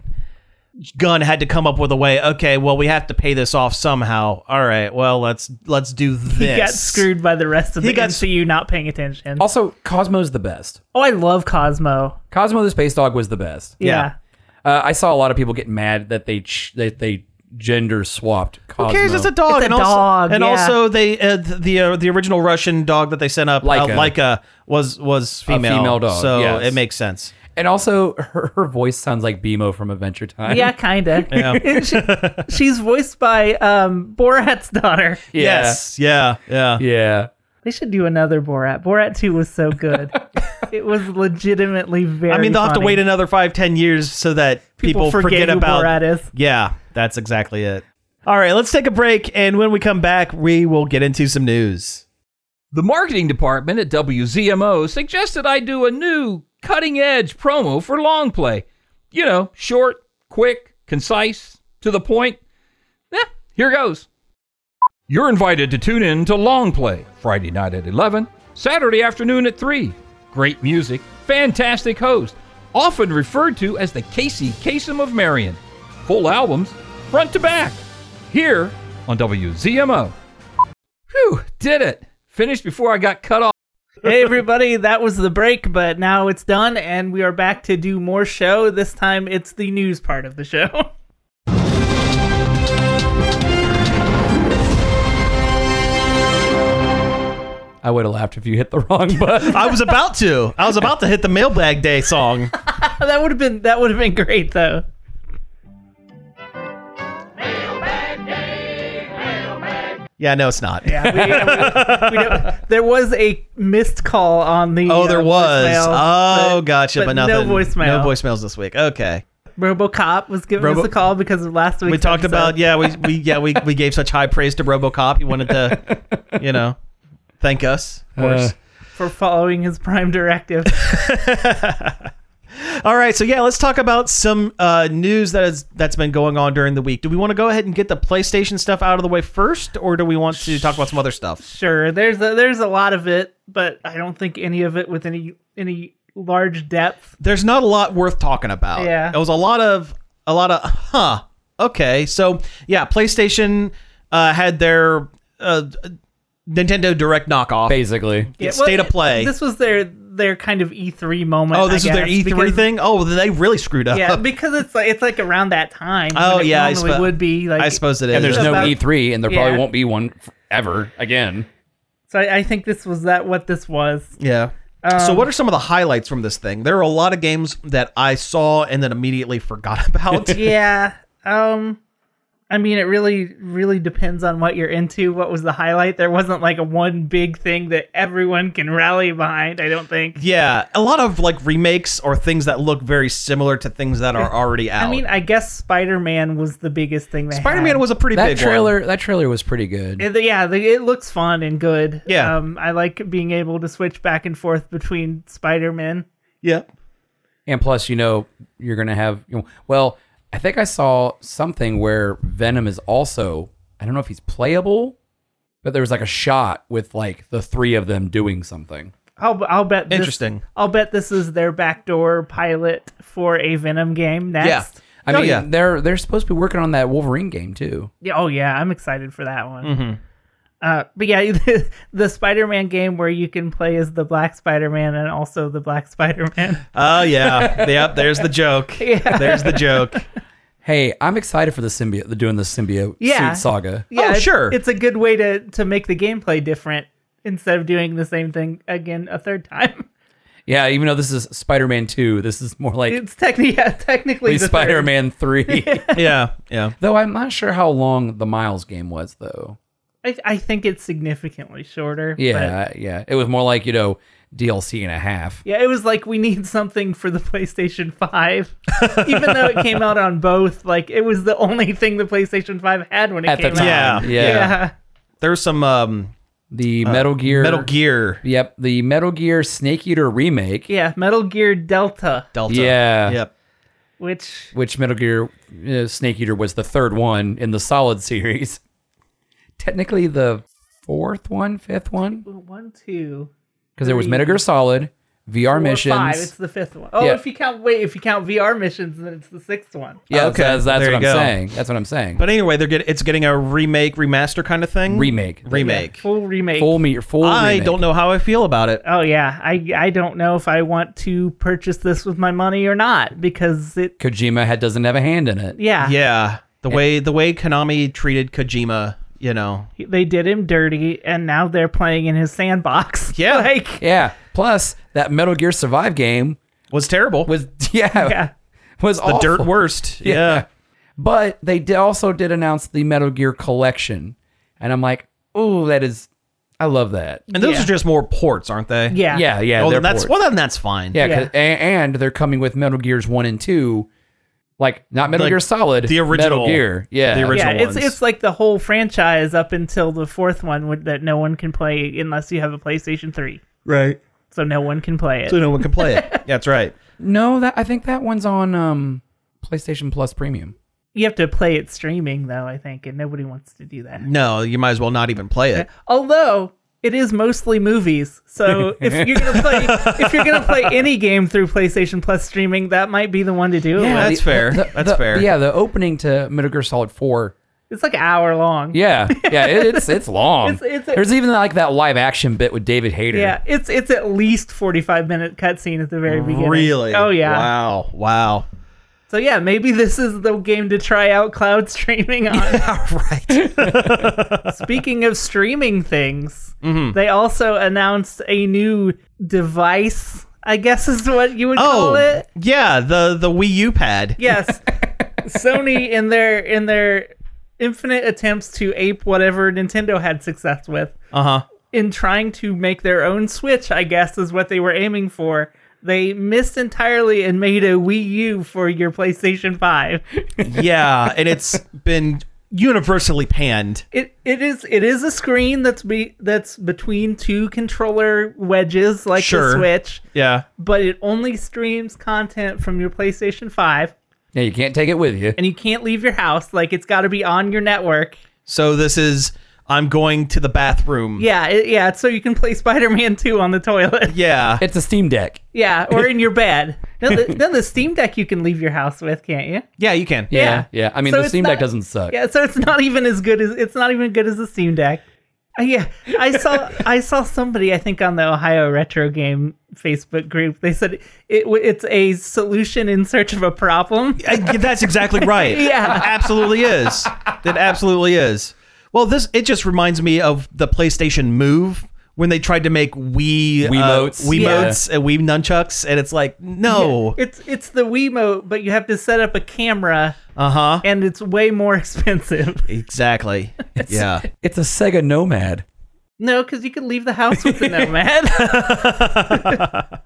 Gunn had to come up with a way, okay, well we have to pay this off somehow. All right, well let's let's do this. he got screwed by the rest of He the got- MCU not paying attention. Also, Cosmo's the best. Oh, I love Cosmo. Cosmo the space dog was the best. Yeah. Yeah. Uh, I saw a lot of people get mad that they ch- that they gender swapped. Cosmo. Who cares? It's a dog. It's a and also, dog, And yeah. also, they uh, th- the uh, the original Russian dog that they sent up, Laika, Laika. uh, Laika was was female. female dog, So yes. it makes sense. and also, her, her voice sounds like Bimo from Adventure Time. Yeah, kinda. She- she's voiced by um, Borat's daughter. Yeah. Yes. Yeah. Yeah. Yeah. They should do another Borat. Borat two was so good. it was legitimately very. I mean, they'll have to funny. wait another five, ten years so that people, forget, who about. Borat is. Yeah, that's exactly it. All right, let's take a break, and when we come back, we will get into some news. The marketing department at WZMO suggested I do a new cutting edge promo for long play. You know, short, quick, concise, to the point. Yeah, here goes. You're invited to tune in to Long Play Friday night at 11, Saturday afternoon at 3. Great music, fantastic host, often referred to as the Casey Kasem of Marion. Full albums, front to back, here on WZMO. Whew, did it. Finished before I got cut off. hey everybody that was the break but now it's done and we are back to do more show this time it's the news part of the show I would have laughed if you hit the wrong button. I was about to. I was about to hit the mailbag day song. that would have been that would have been great though Yeah, no, it's not. yeah, we, yeah, we- we don't- there was a missed call on the Oh, uh, there was. voicemail, oh, but- gotcha, but, no nothing. voicemail. No voicemails this week. Okay. RoboCop was giving Robo- us a call because of last week. we talked about yeah, we, we yeah, we, we gave such high praise to RoboCop. He wanted to, you know, thank us. Of course. Uh, for following his prime directive. All right, so yeah, let's talk about some uh, news that is that's been going on during the week. Do we want to go ahead and get the PlayStation stuff out of the way first, or do we want to talk about some other stuff? sure, there's a, there's a lot of it, but I don't think any of it with any any large depth. There's not a lot worth talking about. Yeah. it was a lot of a lot of huh. Okay, so yeah, PlayStation uh, had their uh, Nintendo Direct knockoff. Basically, Yeah, state of play. This was their their kind of E3 moment. oh, this I is their guess, E3 because- thing. Oh, then they really screwed up. Yeah, because it's like it's like around that time. Oh, when it yeah, I normally suppo- would be like I suppose it is. and there's no E About- E3, and there Yeah. probably won't be one f- ever again. So I, I think this was that what this was. Yeah. so Um, what are some of the highlights from this thing? There are a lot of games that I saw and then immediately forgot about. yeah. Um I mean it really really depends on what you're into. What was the highlight? There wasn't like a one big thing that everyone can rally behind, I don't think. yeah, a lot of like remakes or things that look very similar to things that are already out. I mean, I guess Spider-Man was the biggest thing they Spider-Man had. was a pretty That big trailer, that trailer was pretty good. It- yeah, the, it looks fun and good. Yeah. Um I like being able to switch back and forth between Spider-Man. Yeah. And plus, you know, you're gonna have. You know, well, I think I saw something where Venom is also. I don't know if he's playable, but there was like a shot with like the three of them doing something. I'll, I'll bet this, Interesting. I'll bet this is their backdoor pilot for a Venom game Yeah. next. I Oh, mean, yeah. they're they're supposed to be working on that Wolverine game too. Yeah, oh yeah, I'm excited for that one. Mm-hmm. Uh, but yeah, the, the Spider-Man game where you can play as the Black Spider-Man and also the Black Spider-Man. Oh yeah. yep, there's the joke. Yeah. There's the joke. Hey, I'm excited for the symbiote, the doing the symbiote Yeah. suit saga. Yeah, it's- sure. It's a good way to to make the gameplay different instead of doing the same thing again a third time. Yeah, even though this is Spider-Man 2, this is more like It's technically yeah, technically the third. Spider-Man 3. Yeah. Yeah. Though I'm not sure how long the Miles game was though. I, I think it's significantly shorter. but- Yeah, yeah. It was more like, you know, DLC and a half. Yeah, it was like we need something for the PlayStation 5. Even though it came out on both, like it was the only thing the PlayStation 5 had when it At the came time. out. Yeah. Yeah. Yeah. There's some um The Metal Gear Metal Gear Yep, the Metal Gear Snake Eater remake. Yeah, Metal Gear Delta, Delta. Yeah. Yep. which Which Metal Gear uh, Snake Eater was the third one in the Solid series. Technically the fourth one, fifth one. one, two, because there was Three. Metal Gear Solid, VR four, missions. five. It's the fifth one. Oh, Yeah. if you count wait, if you count VR missions, then it's the sixth one. Okay, Yeah, okay, that's, that's there what you go. I'm saying. That's what I'm saying. But anyway, they're get, it's getting a remake remaster kind of thing. remake, Remake. Full remake. full me, full. I remake. don't know how I feel about it. oh yeah, I I don't know if I want to purchase this with my money or not because it Kojima had doesn't have a hand in it. yeah, Yeah, the way the way Konami treated Kojima, you know. they did him dirty and now they're playing in his sandbox. Yeah. like Yeah. Plus that Metal Gear Survive game was terrible. was yeah, yeah. was the awful. dirt worst. Yeah. But they did also did announce the Metal Gear Collection, and I'm like, oh, that is, I love that. and those Yeah. are just more ports, aren't they? Yeah. Yeah, yeah. Well, they're then Oh, that's ports. well, then that's fine. Yeah, Yeah. 'cause- a- and they're coming with Metal Gears one and two, like not Metal Like, Gear Solid, the original- Metal Gear. Yeah, the Yeah, original it's ones. it's like the whole franchise up until the fourth one would, that no one can play unless you have a PlayStation 3. right. So no one can play it. So no one can play it. Yeah, that's right. No, that I think that one's on um, PlayStation Plus Premium. you have to play it streaming though, I think, and nobody wants to do that. No, you might as well not even play it. Although it is mostly movies. So if you're going to play if you're going to play any game through PlayStation Plus streaming, that might be the one to do it with. that's fair. That's the- fair. Yeah, the opening to Metal Gear Solid Four It's like an hour long. Yeah, yeah, it, it's it's long. It's- it's a- There's even like that live action bit with David Hayter. Yeah, it's it's at least forty five minute cutscene at the very beginning. Really? Oh yeah. Wow. Wow. So yeah, maybe this is the game to try out cloud streaming on. right. Mm-hmm. Speaking of streaming things, they also announced a new device. I guess is what you would call Oh. it. Yeah, the the Wii U pad. Yes, Sony in their in their infinite attempts to ape whatever Nintendo had success with, Uh-huh. in trying to make their own Switch, I guess is what they were aiming for. They missed entirely and made a Wii U for your PlayStation 5. Yeah, and it's been universally panned. It it is it is a screen that's be that's between two controller wedges like Sure. the Switch, Yeah. but it only streams content from your PlayStation 5 yeah, you can't take it with you. and you can't leave your house like it's got to be on your network. So this is I'm going to the bathroom. Yeah, it, yeah, it's so you can play Spider-Man 2 on the toilet. Yeah. It's a Steam Deck. Yeah, or in your bed. Then the, then the Steam Deck you can leave your house with, can't you? Yeah, you can. Yeah. yeah. I mean, So the it's Steam Deck not- doesn't suck. Yeah, so it's not even as good as it's not even good as the Steam Deck. Uh, yeah, I saw I saw somebody I think on the Ohio Retro Game Facebook group. They said it w- it's a solution in search of a problem. I- that's exactly right. Yeah. It absolutely is. It absolutely is. Well, this it just reminds me of the PlayStation Move when they tried to make Wii Wiimotes. uh, Wiimotes, and Wii nunchucks, and it's like no, Oh. It's it's the Wiimote, but you have to set up a camera uh huh, and it's way more expensive. exactly, yeah, It's a Sega Nomad. No, cuz you can leave the house with the Nomad. Uh.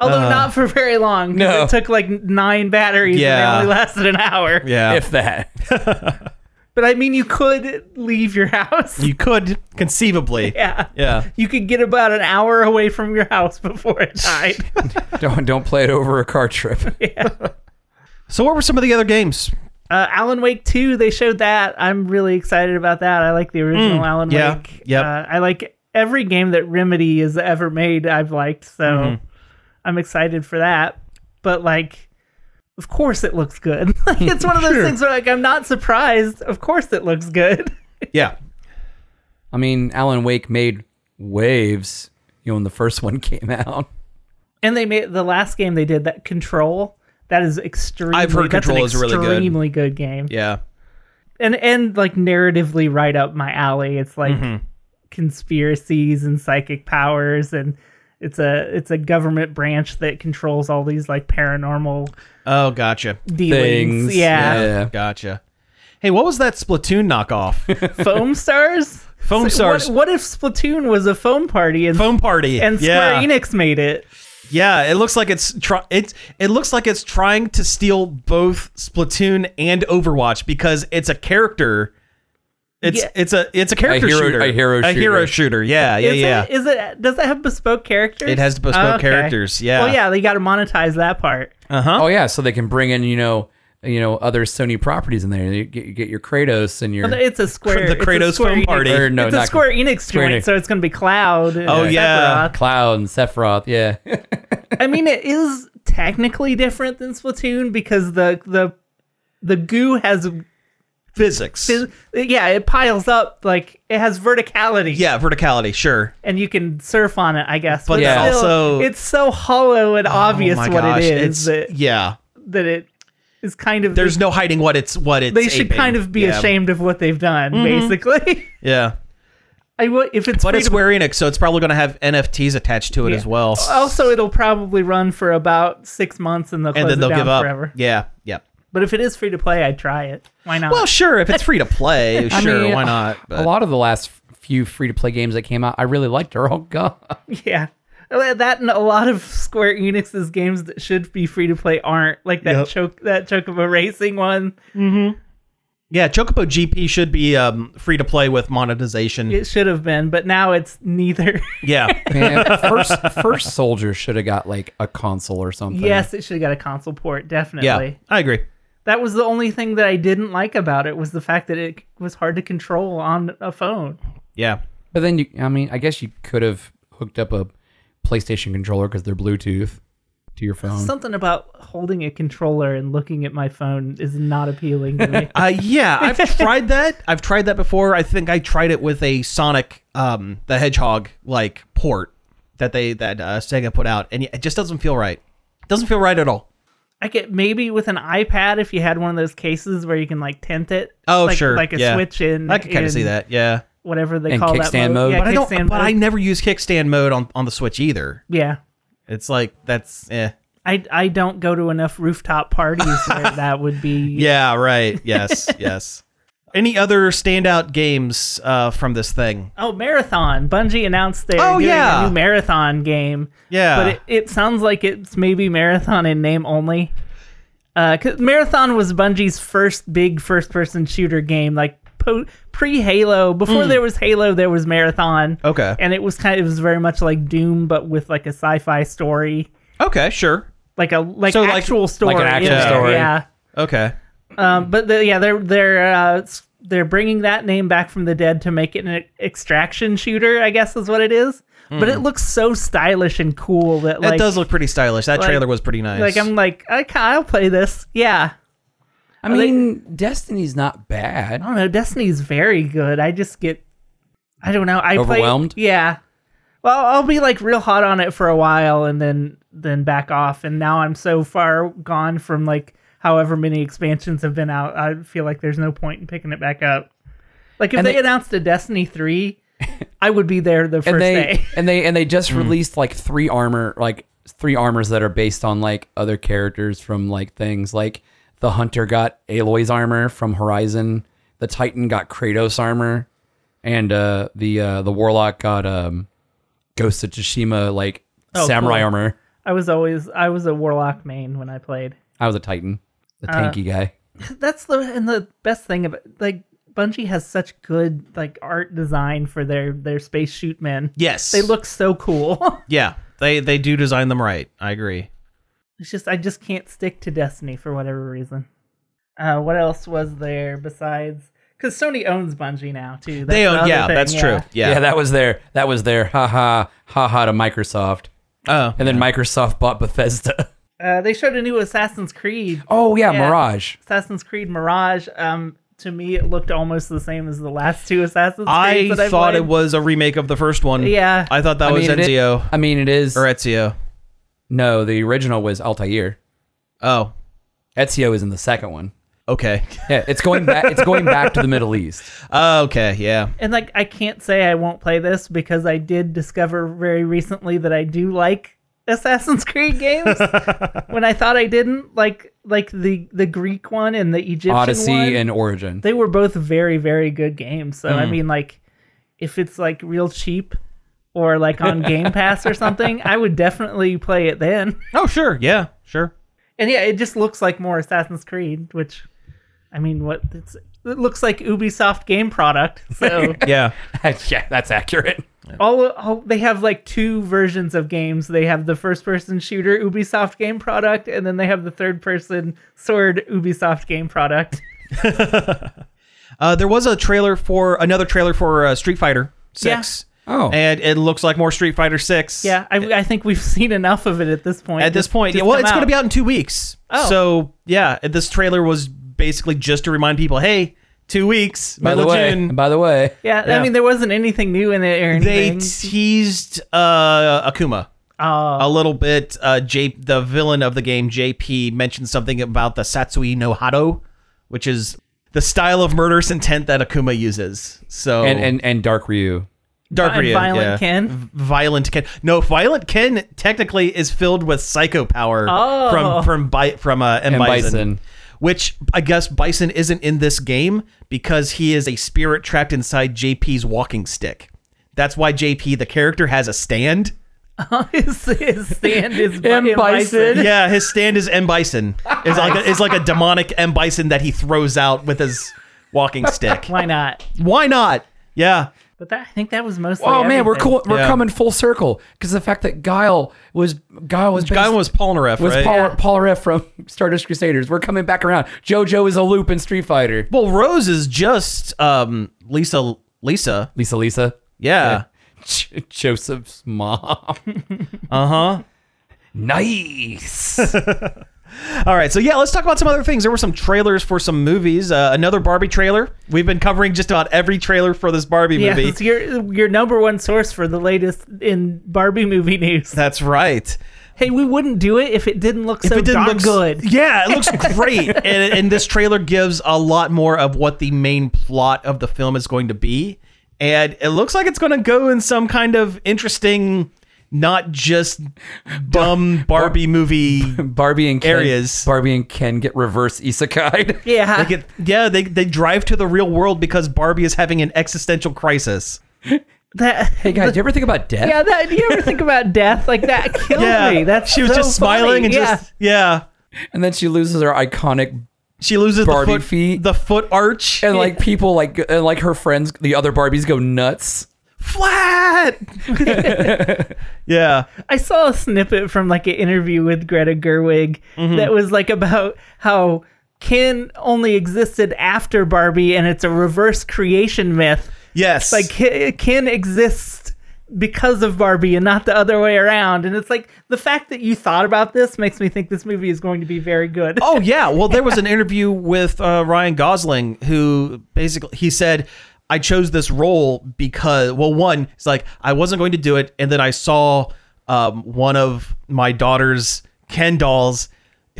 Although not for very long. 'cause No. It took like 9 batteries Yeah. and they only lasted an hour. yeah. If that. But I mean you could leave your house. you could conceivably, yeah. yeah. You could get about an hour away from your house before it died. Uh, don't don't play it over a car trip. So, what were some of the other games? uh, Alan Wake 2, they showed that. I'm really excited about that. I like the original Alan Mm, yeah, Wake. yep. Uh, I like every game that Remedy has ever made, I've liked. So Mm-hmm. I'm excited for that. But, like, of course it looks good. Like, it's one of those things where, like, I'm not surprised. Of course it looks good. Yeah, I mean, Alan Wake made waves, you know, when the first one came out. And they made the last game they did, that Control. That is extremely. I've heard that's an Control is really good. Extremely good game. yeah, and and like narratively right up my alley. It's like Mm-hmm. conspiracies and psychic powers and it's a it's a government branch that controls all these like paranormal oh, gotcha, dealings. Things. Yeah. gotcha. Hey, what was that Splatoon knockoff? Foam stars? Foam stars. What, what if Splatoon was a foam party and Foam Party and yeah. Square Enix made it? Yeah, it looks like it's try- it's it looks like it's trying to steal both Splatoon and Overwatch because it's a character. It's Yeah. it's a it's a character hero- shooter. a hero A hero shooter. shooter. Yeah, yeah, Is yeah. it is it does it have bespoke characters? It has bespoke Oh, okay. characters, yeah. Well yeah, they gotta monetize that part. Oh yeah, so they can bring in, you know, you know, other Sony properties in there. You get, you get your Kratos and your It's a square The it's a Kratos Square foam Enix- party. or no, it's a not Square Enix Square joint, Enix. so it's gonna be Cloud. and Oh, yeah. Sephiroth. Cloud and Sephiroth. Yeah, I mean, it is technically different than Splatoon because the the the goo has Physics. yeah, it piles up like it has verticality. yeah, verticality. Sure. and you can surf on it, I guess. But Yeah. still, also- it's so hollow and obvious oh my what gosh, it is It's, that, yeah. that it is kind of. There's no hiding what it's what it's. they should aping. kind of be yeah. ashamed of what they've done, basically. Yeah, I will if it's but free it's to- Square Enix, so it's probably going to have NFTs attached to it Yeah. as well. also it'll probably run for about six months and they'll close and then it they'll down give up. forever. Yeah, yeah. But if it is free to play, I'd try it. Why not? Well, sure. If it's free to play, I sure. mean, why not? A But- lot of the last few free to play games that came out, I really liked. They're all gone. Yeah. Uh, That and a lot of Square Enix's games that should be free to play aren't like that Yep. choke that Chocobo Racing one. Yeah, Chocobo GP should be um, free to play with monetization. It should have been, but now it's neither. Yeah, Man, first, first Soldier should have got like a console or something. yes, it should have got a console port, definitely. yeah, I agree. That was the only thing that I didn't like about it was the fact that it was hard to control on a phone. Yeah, but then you, I mean, I guess you could have hooked up a PlayStation controller because they're Bluetooth. to your phone. Something about holding a controller and looking at my phone is not appealing to me. Uh, yeah, I've tried that. I've tried that before. I think I tried it with a Sonic um, the Hedgehog like port that they that uh, Sega put out, and it just doesn't feel right. Doesn't feel right at all. I get maybe with an iPad if you had one of those cases where you can like tent it. Oh like, sure, like a yeah. switch in. I can kind in of see that. Yeah, Whatever they And call that kickstand mode. Yeah, but I don't. kickstand But I mode. never use kickstand mode on on the Switch either. yeah. It's like that's eh. I, I don't go to enough rooftop parties where that would be Yeah, right. Yes, yes. Any other standout games uh, from this thing? Oh, Marathon. Bungie announced they're Oh, doing yeah. a new Marathon game. Yeah. But it, it sounds like it's maybe Marathon in name only. Uh, 'cause Marathon was Bungie's first big first person shooter game, like po- pre Halo. Hmm. Before there was Halo, there was Marathon. Okay. And it was kind of, it was very much like Doom, but with like a sci fi story. okay, sure. Like a like So, like- actual story, an actual in there, story. yeah. Okay. Um, but the, yeah, they're they're uh, s- they're bringing that name back from the dead to make it an extraction shooter. I guess is what it is. But it looks so stylish and cool that That like Hmm. does look pretty stylish. That like- trailer was pretty nice. like I'm like I ca- I'll play this. Yeah, I mean, Destiny's not bad. I don't know. Destiny's very good. I just get I don't know. I play- Overwhelmed? yeah. Well, I'll be like real hot on it for a while and then then back off. And now I'm so far gone from like however many expansions have been out. I feel like there's no point in picking it back up. Like if And they, they- announced a Destiny three, I would be there the first And they day. and they and they just released like three armor like three armors that are based on like other characters from like things like the hunter got Aloy's armor from Horizon, the Titan got Kratos armor, and uh the uh the warlock got um Ghost of Tsushima like Oh, samurai cool. armor. I was always I was a warlock main when I played. I was a Titan, the Uh, tanky guy. that's the and the best thing about like Bungie has such good like art design for their their space shoot men. yes. They look so cool. Yeah, they they do design them right. I agree. it's just I just can't stick to Destiny for whatever reason. Uh, what else was there besides? Because Sony owns Bungie now too. That's They the own. other Yeah, thing, that's true. Yeah. Yeah. that was their that was their ha ha ha ha to Microsoft, Oh, and then Microsoft bought Bethesda. Uh, they showed a new Assassin's Creed. Oh yeah, Yeah. Mirage. Assassin's Creed Mirage. Um, to me, it looked almost the same as the last two Assassin's I Creeds. that I've thought it played. was a remake of the first one. Yeah. I thought that was it- Ezio I mean, it is. or Ezio. No, the original was Altair. Oh, Ezio is in the second one. okay. Uh, Yeah, it's going back. it's going back to the Middle East. okay, yeah. and like I can't say I won't play this because I did discover very recently that I do like Assassin's Creed games when I thought I didn't like like the the Greek one and the Egyptian Odyssey one. and Mm. Origin. they were both very very good games. So I mean like if it's like real cheap or like on Game Pass or something, I would definitely play it then. Oh, sure. Yeah, sure. And yeah, it just looks like more Assassin's Creed, which I mean what it's it looks like Ubisoft game product. So Yeah. yeah, that's accurate. all, all they have like two versions of games. They have the first person shooter Ubisoft game product, and then they have the third person sword Ubisoft game product. Uh, there was a trailer for another trailer for uh, Street Fighter Yeah. Six. Oh. and it looks like more Street Fighter Six. Yeah, I, I think we've seen enough of it at this point. At this Just- point, just yeah, well, come it's going to be out in two weeks. Oh. So yeah, this trailer was basically just to remind people, hey, two weeks, By the middle of way, June. by the way, Yeah, Yeah. I mean there wasn't anything new in it or they anything. teased uh, Akuma oh, a little bit. Uh, J- the villain of the game, JP, mentioned something about the Satsui no Hado, which is the style of murderous intent that Akuma uses. So and and and Dark Ryu. Dark and Ryu, Violent yeah. Ken? V- Violent Ken. No, Violent Ken technically is filled with psycho power Oh. from from Bi- from uh, M. M. Bison, Bison. which I guess Bison isn't in this game because he is a spirit trapped inside JP's walking stick. That's why JP, the character, has a stand. his, his stand is by M. M. Bison. Mm-hmm. Yeah, his stand is M. Bison. Is like a, is like a demonic M. Bison that he throws out with his walking stick. Why not? Why not? Yeah. But that I think that was mostly. Oh man, we're everything. cool. We're Yeah. coming full circle because the fact that Guile was Guile was Guy based- was Polnareff, was right? Paul, Paul Riff from Stardust Crusaders. We're coming back around. JoJo is a loop in Street Fighter. well, Rose is just um, Lisa. Lisa, Lisa, Lisa, Yeah. J- Joseph's mom. Uh huh. Nice. All right, so yeah, let's talk about some other things. There were some trailers for some movies. Uh, another Barbie trailer. We've been covering just about every trailer for this Barbie Yeah, movie. it's your your number one source for the latest in Barbie movie news. That's right. Hey, we wouldn't do it if it didn't look so it didn't darn look s- good. Yeah, it looks great. and, and this trailer gives a lot more of what the main plot of the film is going to be. And it looks like it's going to go in some kind of interesting, not just dumb Barbie movie. Barbie and Ken, Areas. Barbie and Ken get reverse isekai. Yeah, They get, yeah, they, they drive to the real world because Barbie is having an existential crisis. that. hey guys, do you ever think about death? Yeah, that. Do you ever think about death? Like that killed me. That's she was so just smiling funny. and yeah. just yeah. And then she loses her iconic She loses Barbie the foot, feet. the foot arch, and like people like and like her friends, the other Barbies go nuts. flat. yeah, I saw a snippet from like an interview with Greta Gerwig Mm-hmm. that was like about how Ken only existed after Barbie and it's a reverse creation myth. yes, Like Ki- Ken exists because of Barbie and not the other way around. And it's like the fact that you thought about this makes me think this movie is going to be very good. Oh yeah. Well, there was an interview with uh, Ryan Gosling who basically he said, "I chose this role because well, one, it's like I wasn't going to do it, and then I saw um, one of my daughter's Ken dolls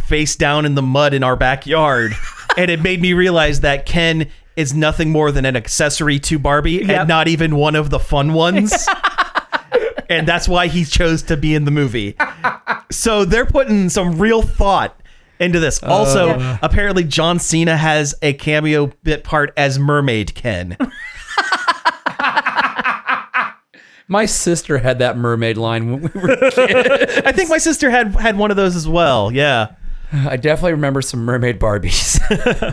face down in the mud in our backyard, and it made me realize that Ken." Is nothing more than an accessory to Barbie Yep. and not even one of the fun ones. and that's why he chose to be in the movie. So they're putting some real thought into this. Uh, Also, apparently John Cena has a cameo bit part as Mermaid Ken. My sister had that mermaid line when we were. I think my sister had had one of those as well. Yeah. I definitely remember some mermaid Barbies.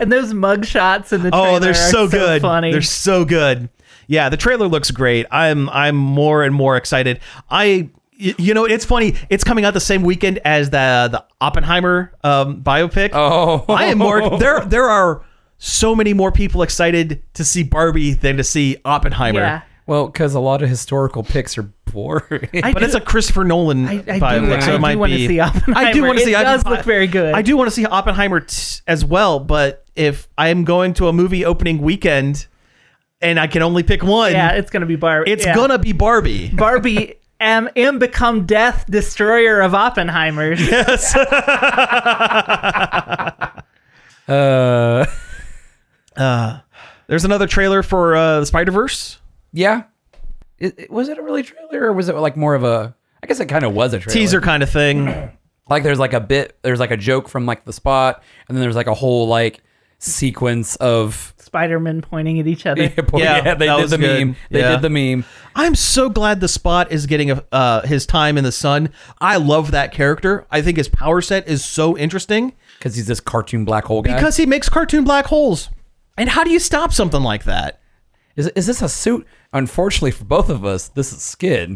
And those mug shots and the Oh, trailer they're are so, good. funny. They're so good. Yeah, the trailer looks great. I'm I'm more and more excited. I y- you know, it's funny. It's coming out the same weekend as the the Oppenheimer um, biopic. oh, I am more there. There are so many more people excited to see Barbie than to see Oppenheimer. yeah. Well, because a lot of historical picks are boring. I But do- it's a Christopher Nolan I, I do, biopic, so I it do might want be. to see Oppenheimer. I do want to see. It does I, look very good. I do want to see Oppenheimer t- as well. But if I am going to a movie opening weekend, and I can only pick one, Yeah, it's gonna be Barbie. it's yeah. gonna be Barbie. Barbie am am become death destroyer of Oppenheimer. Uh, There's another trailer for uh, the Spider Verse yeah. It, it- was it a really trailer, or was it like more of a? I guess it kind of was a trailer. teaser kind of thing. Like there's like a bit, there's like a joke from like the spot, and then there's like a whole like sequence of. Spider-Man pointing at each other. Yeah, boy, Yeah, they that did was the good. meme. They Yeah. did the meme. I'm so glad the Spot is getting a, uh, his time in the sun. I love that character. I think his power set is so interesting. Because he's this cartoon black hole guy. because he makes cartoon black holes. And how do you stop something like that? is, is this a suit? Unfortunately for both of us, this is skin,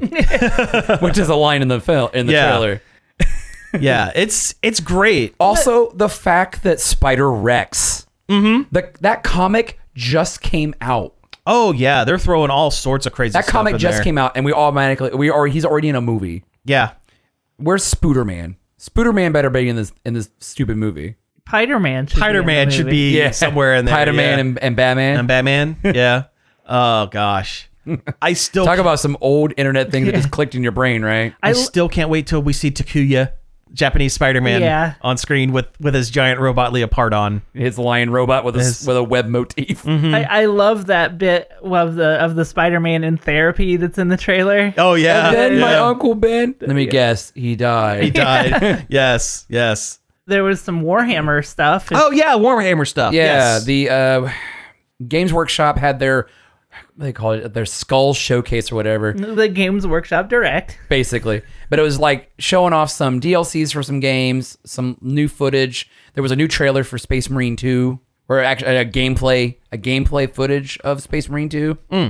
which is a line in the film in the Yeah. trailer. Yeah, it's it's great. Also, the fact that Spider Rex, mm-hmm. the, that comic just came out. Oh yeah, they're throwing all sorts of crazy. That comic just came out, and we automatically we are he's already in a movie. Yeah, Where's Spooderman? Spooderman better be in this in this stupid movie. Spider-Man. Should Spider Man be in the should movie. be somewhere in there. Spider Man yeah. and, and Batman. And Batman. Yeah. Oh gosh, I still Talk about some old internet thing that just clicked in your brain, right? I still can't wait till we see Takuya, Japanese Spider Man, Yeah. on screen with with his giant robot Leopardon. His lion robot with a s- with a web motif. Mm-hmm. hmm. I, I love that bit of the of the Spider-Man in therapy that's in the trailer. Oh yeah, And then my yeah. uncle Ben. Let me guess, he died. He died. yes, yes. There was some Warhammer stuff. and- Oh yeah, Warhammer stuff. Yeah, yes. the uh, Games Workshop had their what do they call it their skull showcase or whatever, Oh. The Games Workshop Direct. basically. But it was like showing off some DLCs for some games, some new footage. There was a new trailer for Space Marine Two, or actually a gameplay, a gameplay footage of Space Marine Two, Hmm.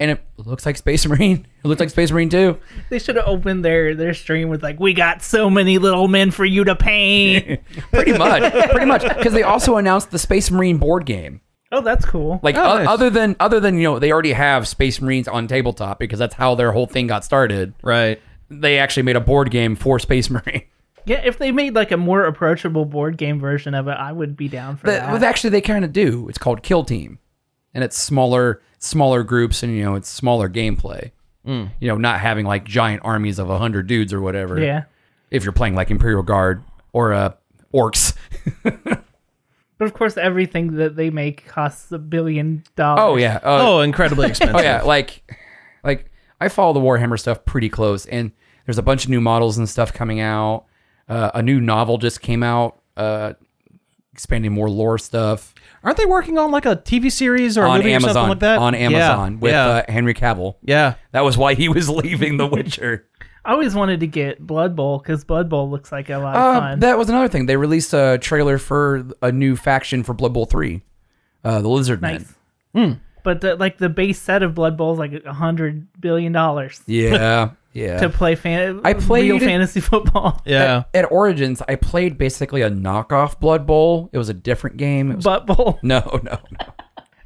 and it looks like Space Marine. It looks like Space Marine Two. They should have opened their their stream with like, "We got so many little men for you to paint." pretty much, pretty much, because they also announced the Space Marine board game. oh, that's cool. Like Oh, o- nice. other than other than you know they already have Space Marines on tabletop because that's how their whole thing got started. right. they actually made a board game for Space Marine. Yeah, if they made like a more approachable board game version of it, I would be down for But, that. but actually, they kind of do. It's called Kill Team, and it's smaller, smaller groups, and you know, it's smaller gameplay. Mm. You know, not having like giant armies of hundred dudes or whatever. yeah. If you're playing like Imperial Guard or uh, orcs. But of course, everything that they make costs a billion dollars. Oh yeah. Uh, Oh, incredibly expensive. Oh yeah, like like I follow the Warhammer stuff pretty close, and there's a bunch of new models and stuff coming out. Uh, a new novel just came out, uh, expanding more lore stuff Aren't they working on like a TV series or a on movie or Amazon. something like that? On Amazon yeah. with yeah. uh, Henry Cavill. yeah. That was why he was leaving The Witcher. I always wanted to get Blood Bowl because Blood Bowl looks like a lot of Uh, fun. that was another thing. They released a trailer for a new faction for Blood Bowl Three, uh, the Lizard Men. nice. Hmm. But the, like the base set of Blood Bowl is like a hundred billion dollars Yeah, yeah. to play fan- I played real it- fantasy football. Yeah. At Origins, I played basically a knockoff Blood Bowl. It was a different game. It was Blood Bowl. No, no, no.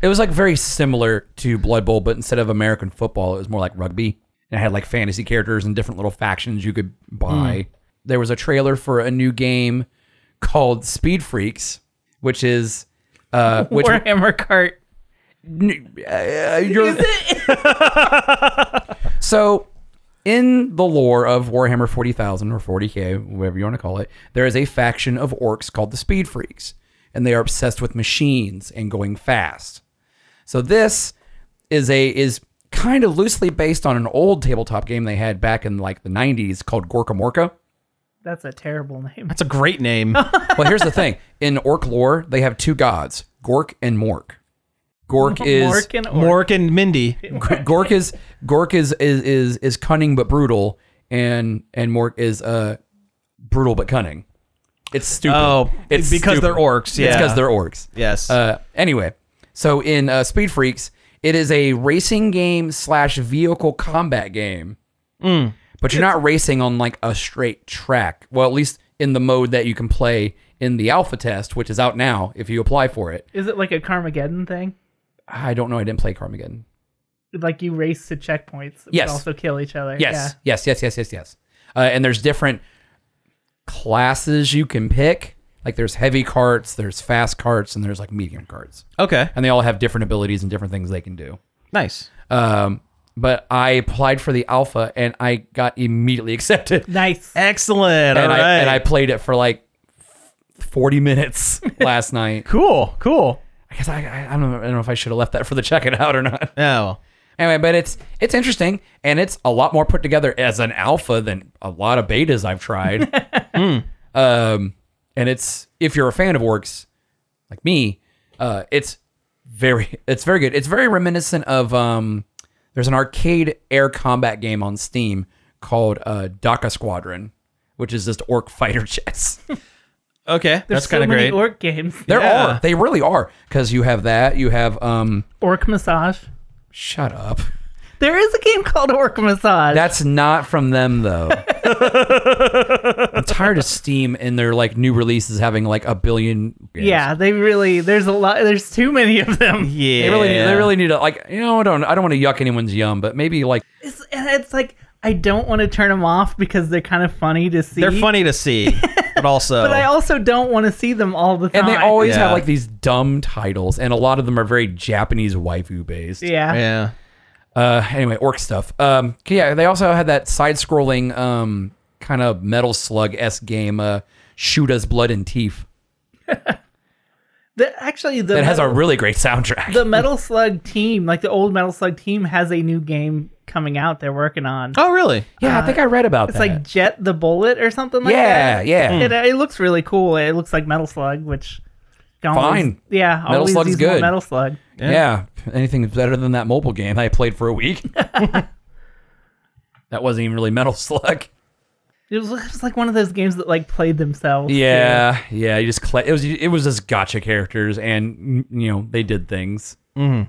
It was like very similar to Blood Bowl, but instead of American football, it was more like rugby. And it had like fantasy characters and different little factions you could buy. There was a trailer for a new game called Speed Freaks, which is uh, which Warhammer Kart. uh, you're- so in the lore of Warhammer 40,000 or 40K, whatever you want to call it, there is a faction of orcs called the Speed Freaks, and they are obsessed with machines and going fast. So this is a is kind of loosely based on an old tabletop game they had back in like the 90s called Gorka Morka. That's a terrible name. That's a great name. Well, here's the thing. In orc lore, they have two gods, Gork and Mork. Gork is Mork and Ork. Mork and Mindy. Gork is Gork is, is is is cunning but brutal, and and Mork is uh brutal but cunning. It's stupid. Oh, it's because they're orcs, It's yeah. because they're orcs. Yes. Uh, anyway, so in uh, Speed Freaks, it is a racing game slash vehicle combat game, Mm. but you're not racing on like a straight track. Well, at least in the mode that you can play in the alpha test, which is out now if you apply for it. Is it like a Carmageddon thing? I don't know. I didn't play Carmageddon. Like you race to checkpoints, but Yes. also kill each other. Yes, yes, yes, yes, yes, yes. Uh, and there's different classes you can pick. Like there's heavy carts, there's fast carts, and there's like medium carts, okay. and they all have different abilities and different things they can do. Nice. Um, but I applied for the alpha, and I got immediately accepted. Yeah. Nice. Excellent. All and right. I and I played it for like forty minutes last night. cool. Cool. I guess I, I, I don't know, I don't know if I should have left that for the check it out or not. Oh. Anyway, but it's it's interesting and it's a lot more put together as an alpha than a lot of betas I've tried. Um, and it's if you're a fan of orcs like me, uh, it's very it's very good. It's very reminiscent of um, there's an arcade air combat game on Steam called uh, Daka Squadron, which is just orc fighter chess. Okay. There's That's kind so of many great. Orc games. there Yeah. are they really are because you have that you have um Orc massage. shut up. There is a game called Orc Massage. That's not from them though. I'm tired of Steam and their like new releases having like a billion. games. yeah, they really there's a lot there's too many of them. yeah. They really, they really need to like you know I don't I don't want to yuck anyone's yum, but maybe like It's, and it's like I don't want to turn them off because they're kind of funny to see. They're funny to see, but also. but I also don't want to see them all the time. and they always have Yeah. like these dumb titles, and a lot of them are very Japanese waifu based. yeah. yeah. Uh, anyway, orc stuff. Um, yeah, they also had that side-scrolling um kind of Metal Slug s game, uh, Shoot Us Blood and Teeth, The- actually, the that has a metal, really great soundtrack. the Metal Slug team, like the old Metal Slug team, has a new game coming out. They're working on. Oh, really? yeah, I think I read about It's that. like Jet the Bullet or something like Uh-huh. yeah, that. yeah. It, it looks really cool. It looks like Metal Slug, which can always- Fine. yeah, Metal always Slug's use more good. Metal Slug. Yeah. Anything better than that mobile game I played for a week. that wasn't even really Metal Slug. It was, it was like one of those games that like played themselves. Yeah. Yeah. You just collect, it was it was just gotcha characters and mm, you know, they did things. And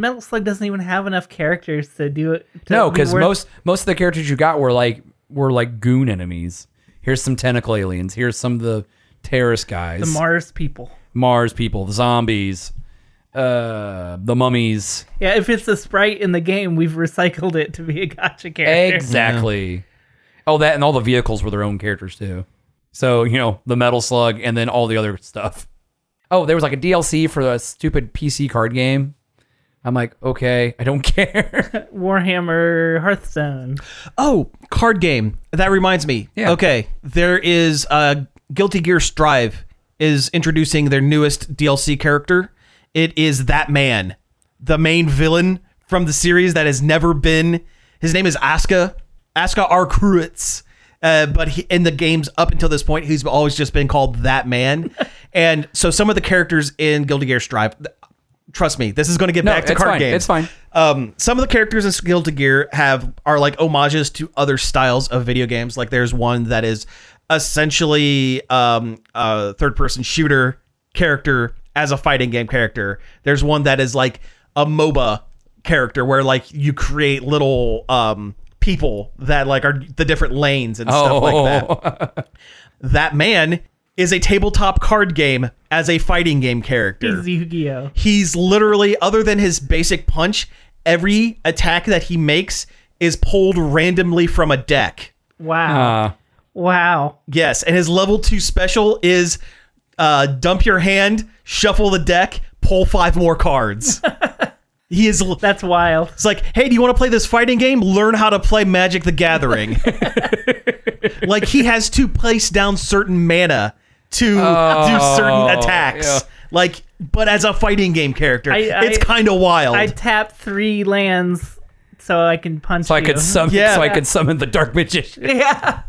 Metal Slug doesn't even have enough characters to do it. To No, be because worth- most most of the characters you got were like were like goon enemies. Here's some tentacle aliens, here's some of the terrorist guys, the Mars people. Mars people, the zombies, uh the mummies. Yeah, if it's a sprite in the game, we've recycled it to be a gotcha character. Exactly. Oh, that and all the vehicles were their own characters too. So you know the Metal Slug and then all the other stuff. Oh, there was like a DLC for a stupid PC card game. I'm like, okay, I don't care. Warhammer Hearthstone. Oh, card game. That reminds me. Yeah. Okay, there is uh, Guilty Gear Strive is introducing their newest DLC character. It is that man, the main villain from the series that has never been. His name is Asuka, Asuka R. Kruitz. Uh, but he, in the games up until this point, he's always just been called that man. and so some of the characters in Guilty Gear Strive, th- trust me, this is going to get No, back to it's card fine. games. It's fine. Um, some of the characters in Guilty Gear have are like homages to other styles of video games. Like there's one that is essentially um, a third person shooter character as a fighting game character. There's one that is like a MOBA character where like you create little um, people that like are the different lanes and stuff like that that man is a tabletop card game as a fighting game character. He's Yu-Gi-Oh. He's literally, other than his basic punch, every attack that he makes is pulled randomly from a deck. Wow. Uh, wow. Yes, and his level two special is uh, dump your hand, shuffle the deck, pull five more cards. he is. l- That's wild. It's like, hey, do you want to play this fighting game? Learn how to play Magic the Gathering. like he has to place down certain mana to do certain attacks. yeah. Like, but as a fighting game character, Oh, I- I- it's kind of wild. I tap three lands so I can punch so I you. could summon. Yeah. So I could summon the Dark Magician. yeah.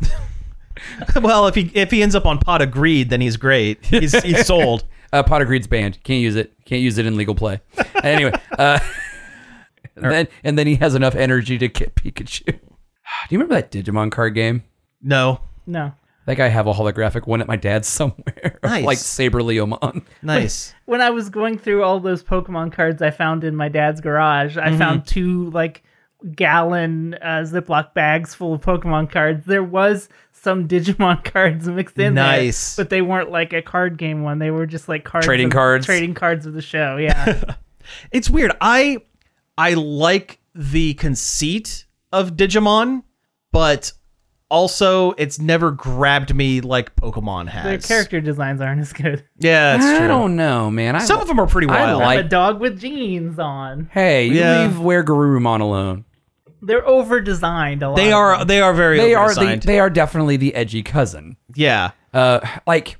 well, if he if he ends up on Pot of Greed, then he's great. He's he's sold. Uh, Potter Greed's banned. Can't use it. Can't use it in legal play. anyway, uh, Er and then and then he has enough energy to get Pikachu. Do you remember that Digimon card game? No, No. I think I have a holographic one at my dad's somewhere. of, Nice. like Saber Leomon. nice. When I was going through all those Pokemon cards I found in my dad's garage, Mm-hmm. I found two like gallon uh, Ziploc bags full of Pokemon cards. There was some Digimon cards mixed in there, Nice. but they weren't like a card game one. They were just like cards Trading of- cards? trading cards of the show. Yeah, It's weird. I I like the conceit of Digimon, but also it's never grabbed me like Pokemon has. their character designs aren't as good. Yeah, that's true. I don't know, man. I, Some of them are pretty I wild. like- a dog with jeans on. Hey, you Yeah. leave where Garurumon alone. They're over designed a lot. they are they are very They are the, oversigned. they are definitely the edgy cousin. yeah. Uh, like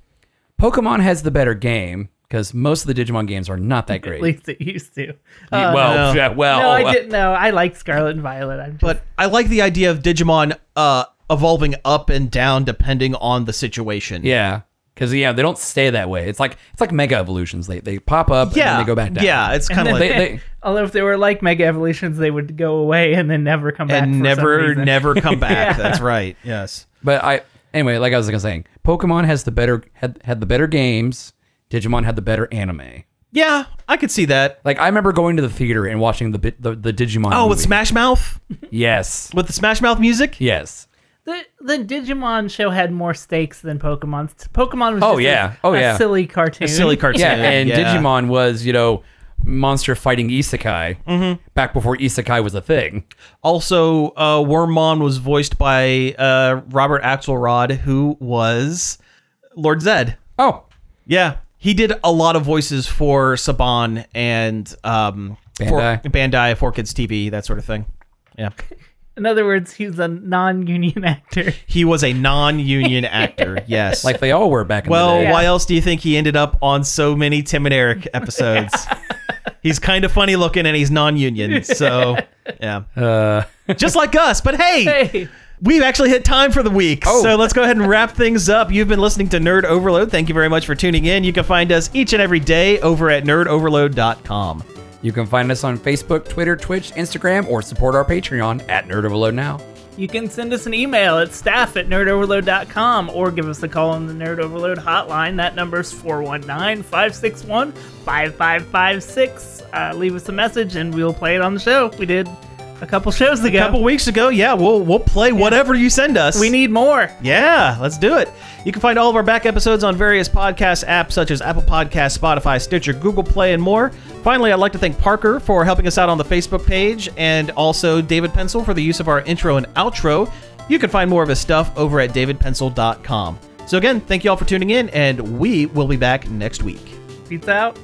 Pokemon has the better game because most of the Digimon games are not that At great. least it used to. Uh, no. well, yeah, well, no, I uh, didn't know. I like Scarlet and Violet. I'm just, But I like the idea of Digimon uh evolving up and down depending on the situation. yeah, because yeah, they don't stay that way. It's like it's like Mega Evolutions. They they pop up and Yeah. then they go back down. Yeah, it's kind of they, like they, although if they were like mega evolutions, they would go away and then never come back. for and some never reason. never come back. That's right. Yes. But I anyway, like I was like saying, Pokemon has the better had had the better games. Digimon had the better anime. Yeah, I could see that. Like I remember going to the theater and watching the bi- the, the Digimon. Oh, with movie. Smash Mouth? Yes, With the Smash Mouth music? yes. The the Digimon show had more stakes than Pokemon. Pokemon was Oh, just a- yeah. Oh, a yeah. silly cartoon. Silly cartoon. Yeah, and Digimon was you know monster fighting isekai back before isekai was a thing. Also, uh, Wormmon was voiced by uh, Robert Axelrod, who was Lord Zed. Oh, Yeah, he did a lot of voices for Saban and um, Bandai. For, Bandai, Four Kids TV, that sort of thing. Yeah, In other words, he's a non-union actor. he was a non-union actor. Yes, like they all were back. in well, the day. Yeah. why else do you think he ended up on so many Tim and Eric episodes? he's kind of funny looking and he's non-union, so yeah, Uh, just like us. But hey, Hey, We've actually hit time for the week, so let's go ahead and wrap things up. You've been listening to Nerd Overload. Thank you very much for tuning in. You can find us each and every day over at nerdoverload.com. you can find us on Facebook, Twitter, Twitch, Instagram, or support our Patreon at Nerd Overload now. you can send us an email at staff at nerdoverload.com or give us a call on the Nerd Overload hotline. That number is 419-561-5556. Uh, leave us a message and we'll play it on the show. We did a couple shows ago. A couple weeks ago, yeah, we'll we'll play whatever you send us. we need more. Yeah, let's do it. You can find all of our back episodes on various podcast apps such as Apple Podcasts, Spotify, Stitcher, Google Play, and more. Finally, I'd like to thank Parker for helping us out on the Facebook page and also David Pencil for the use of our intro and outro. You can find more of his stuff over at davidpencil.com. So, again, thank you all for tuning in, and we will be back next week. Pizza out.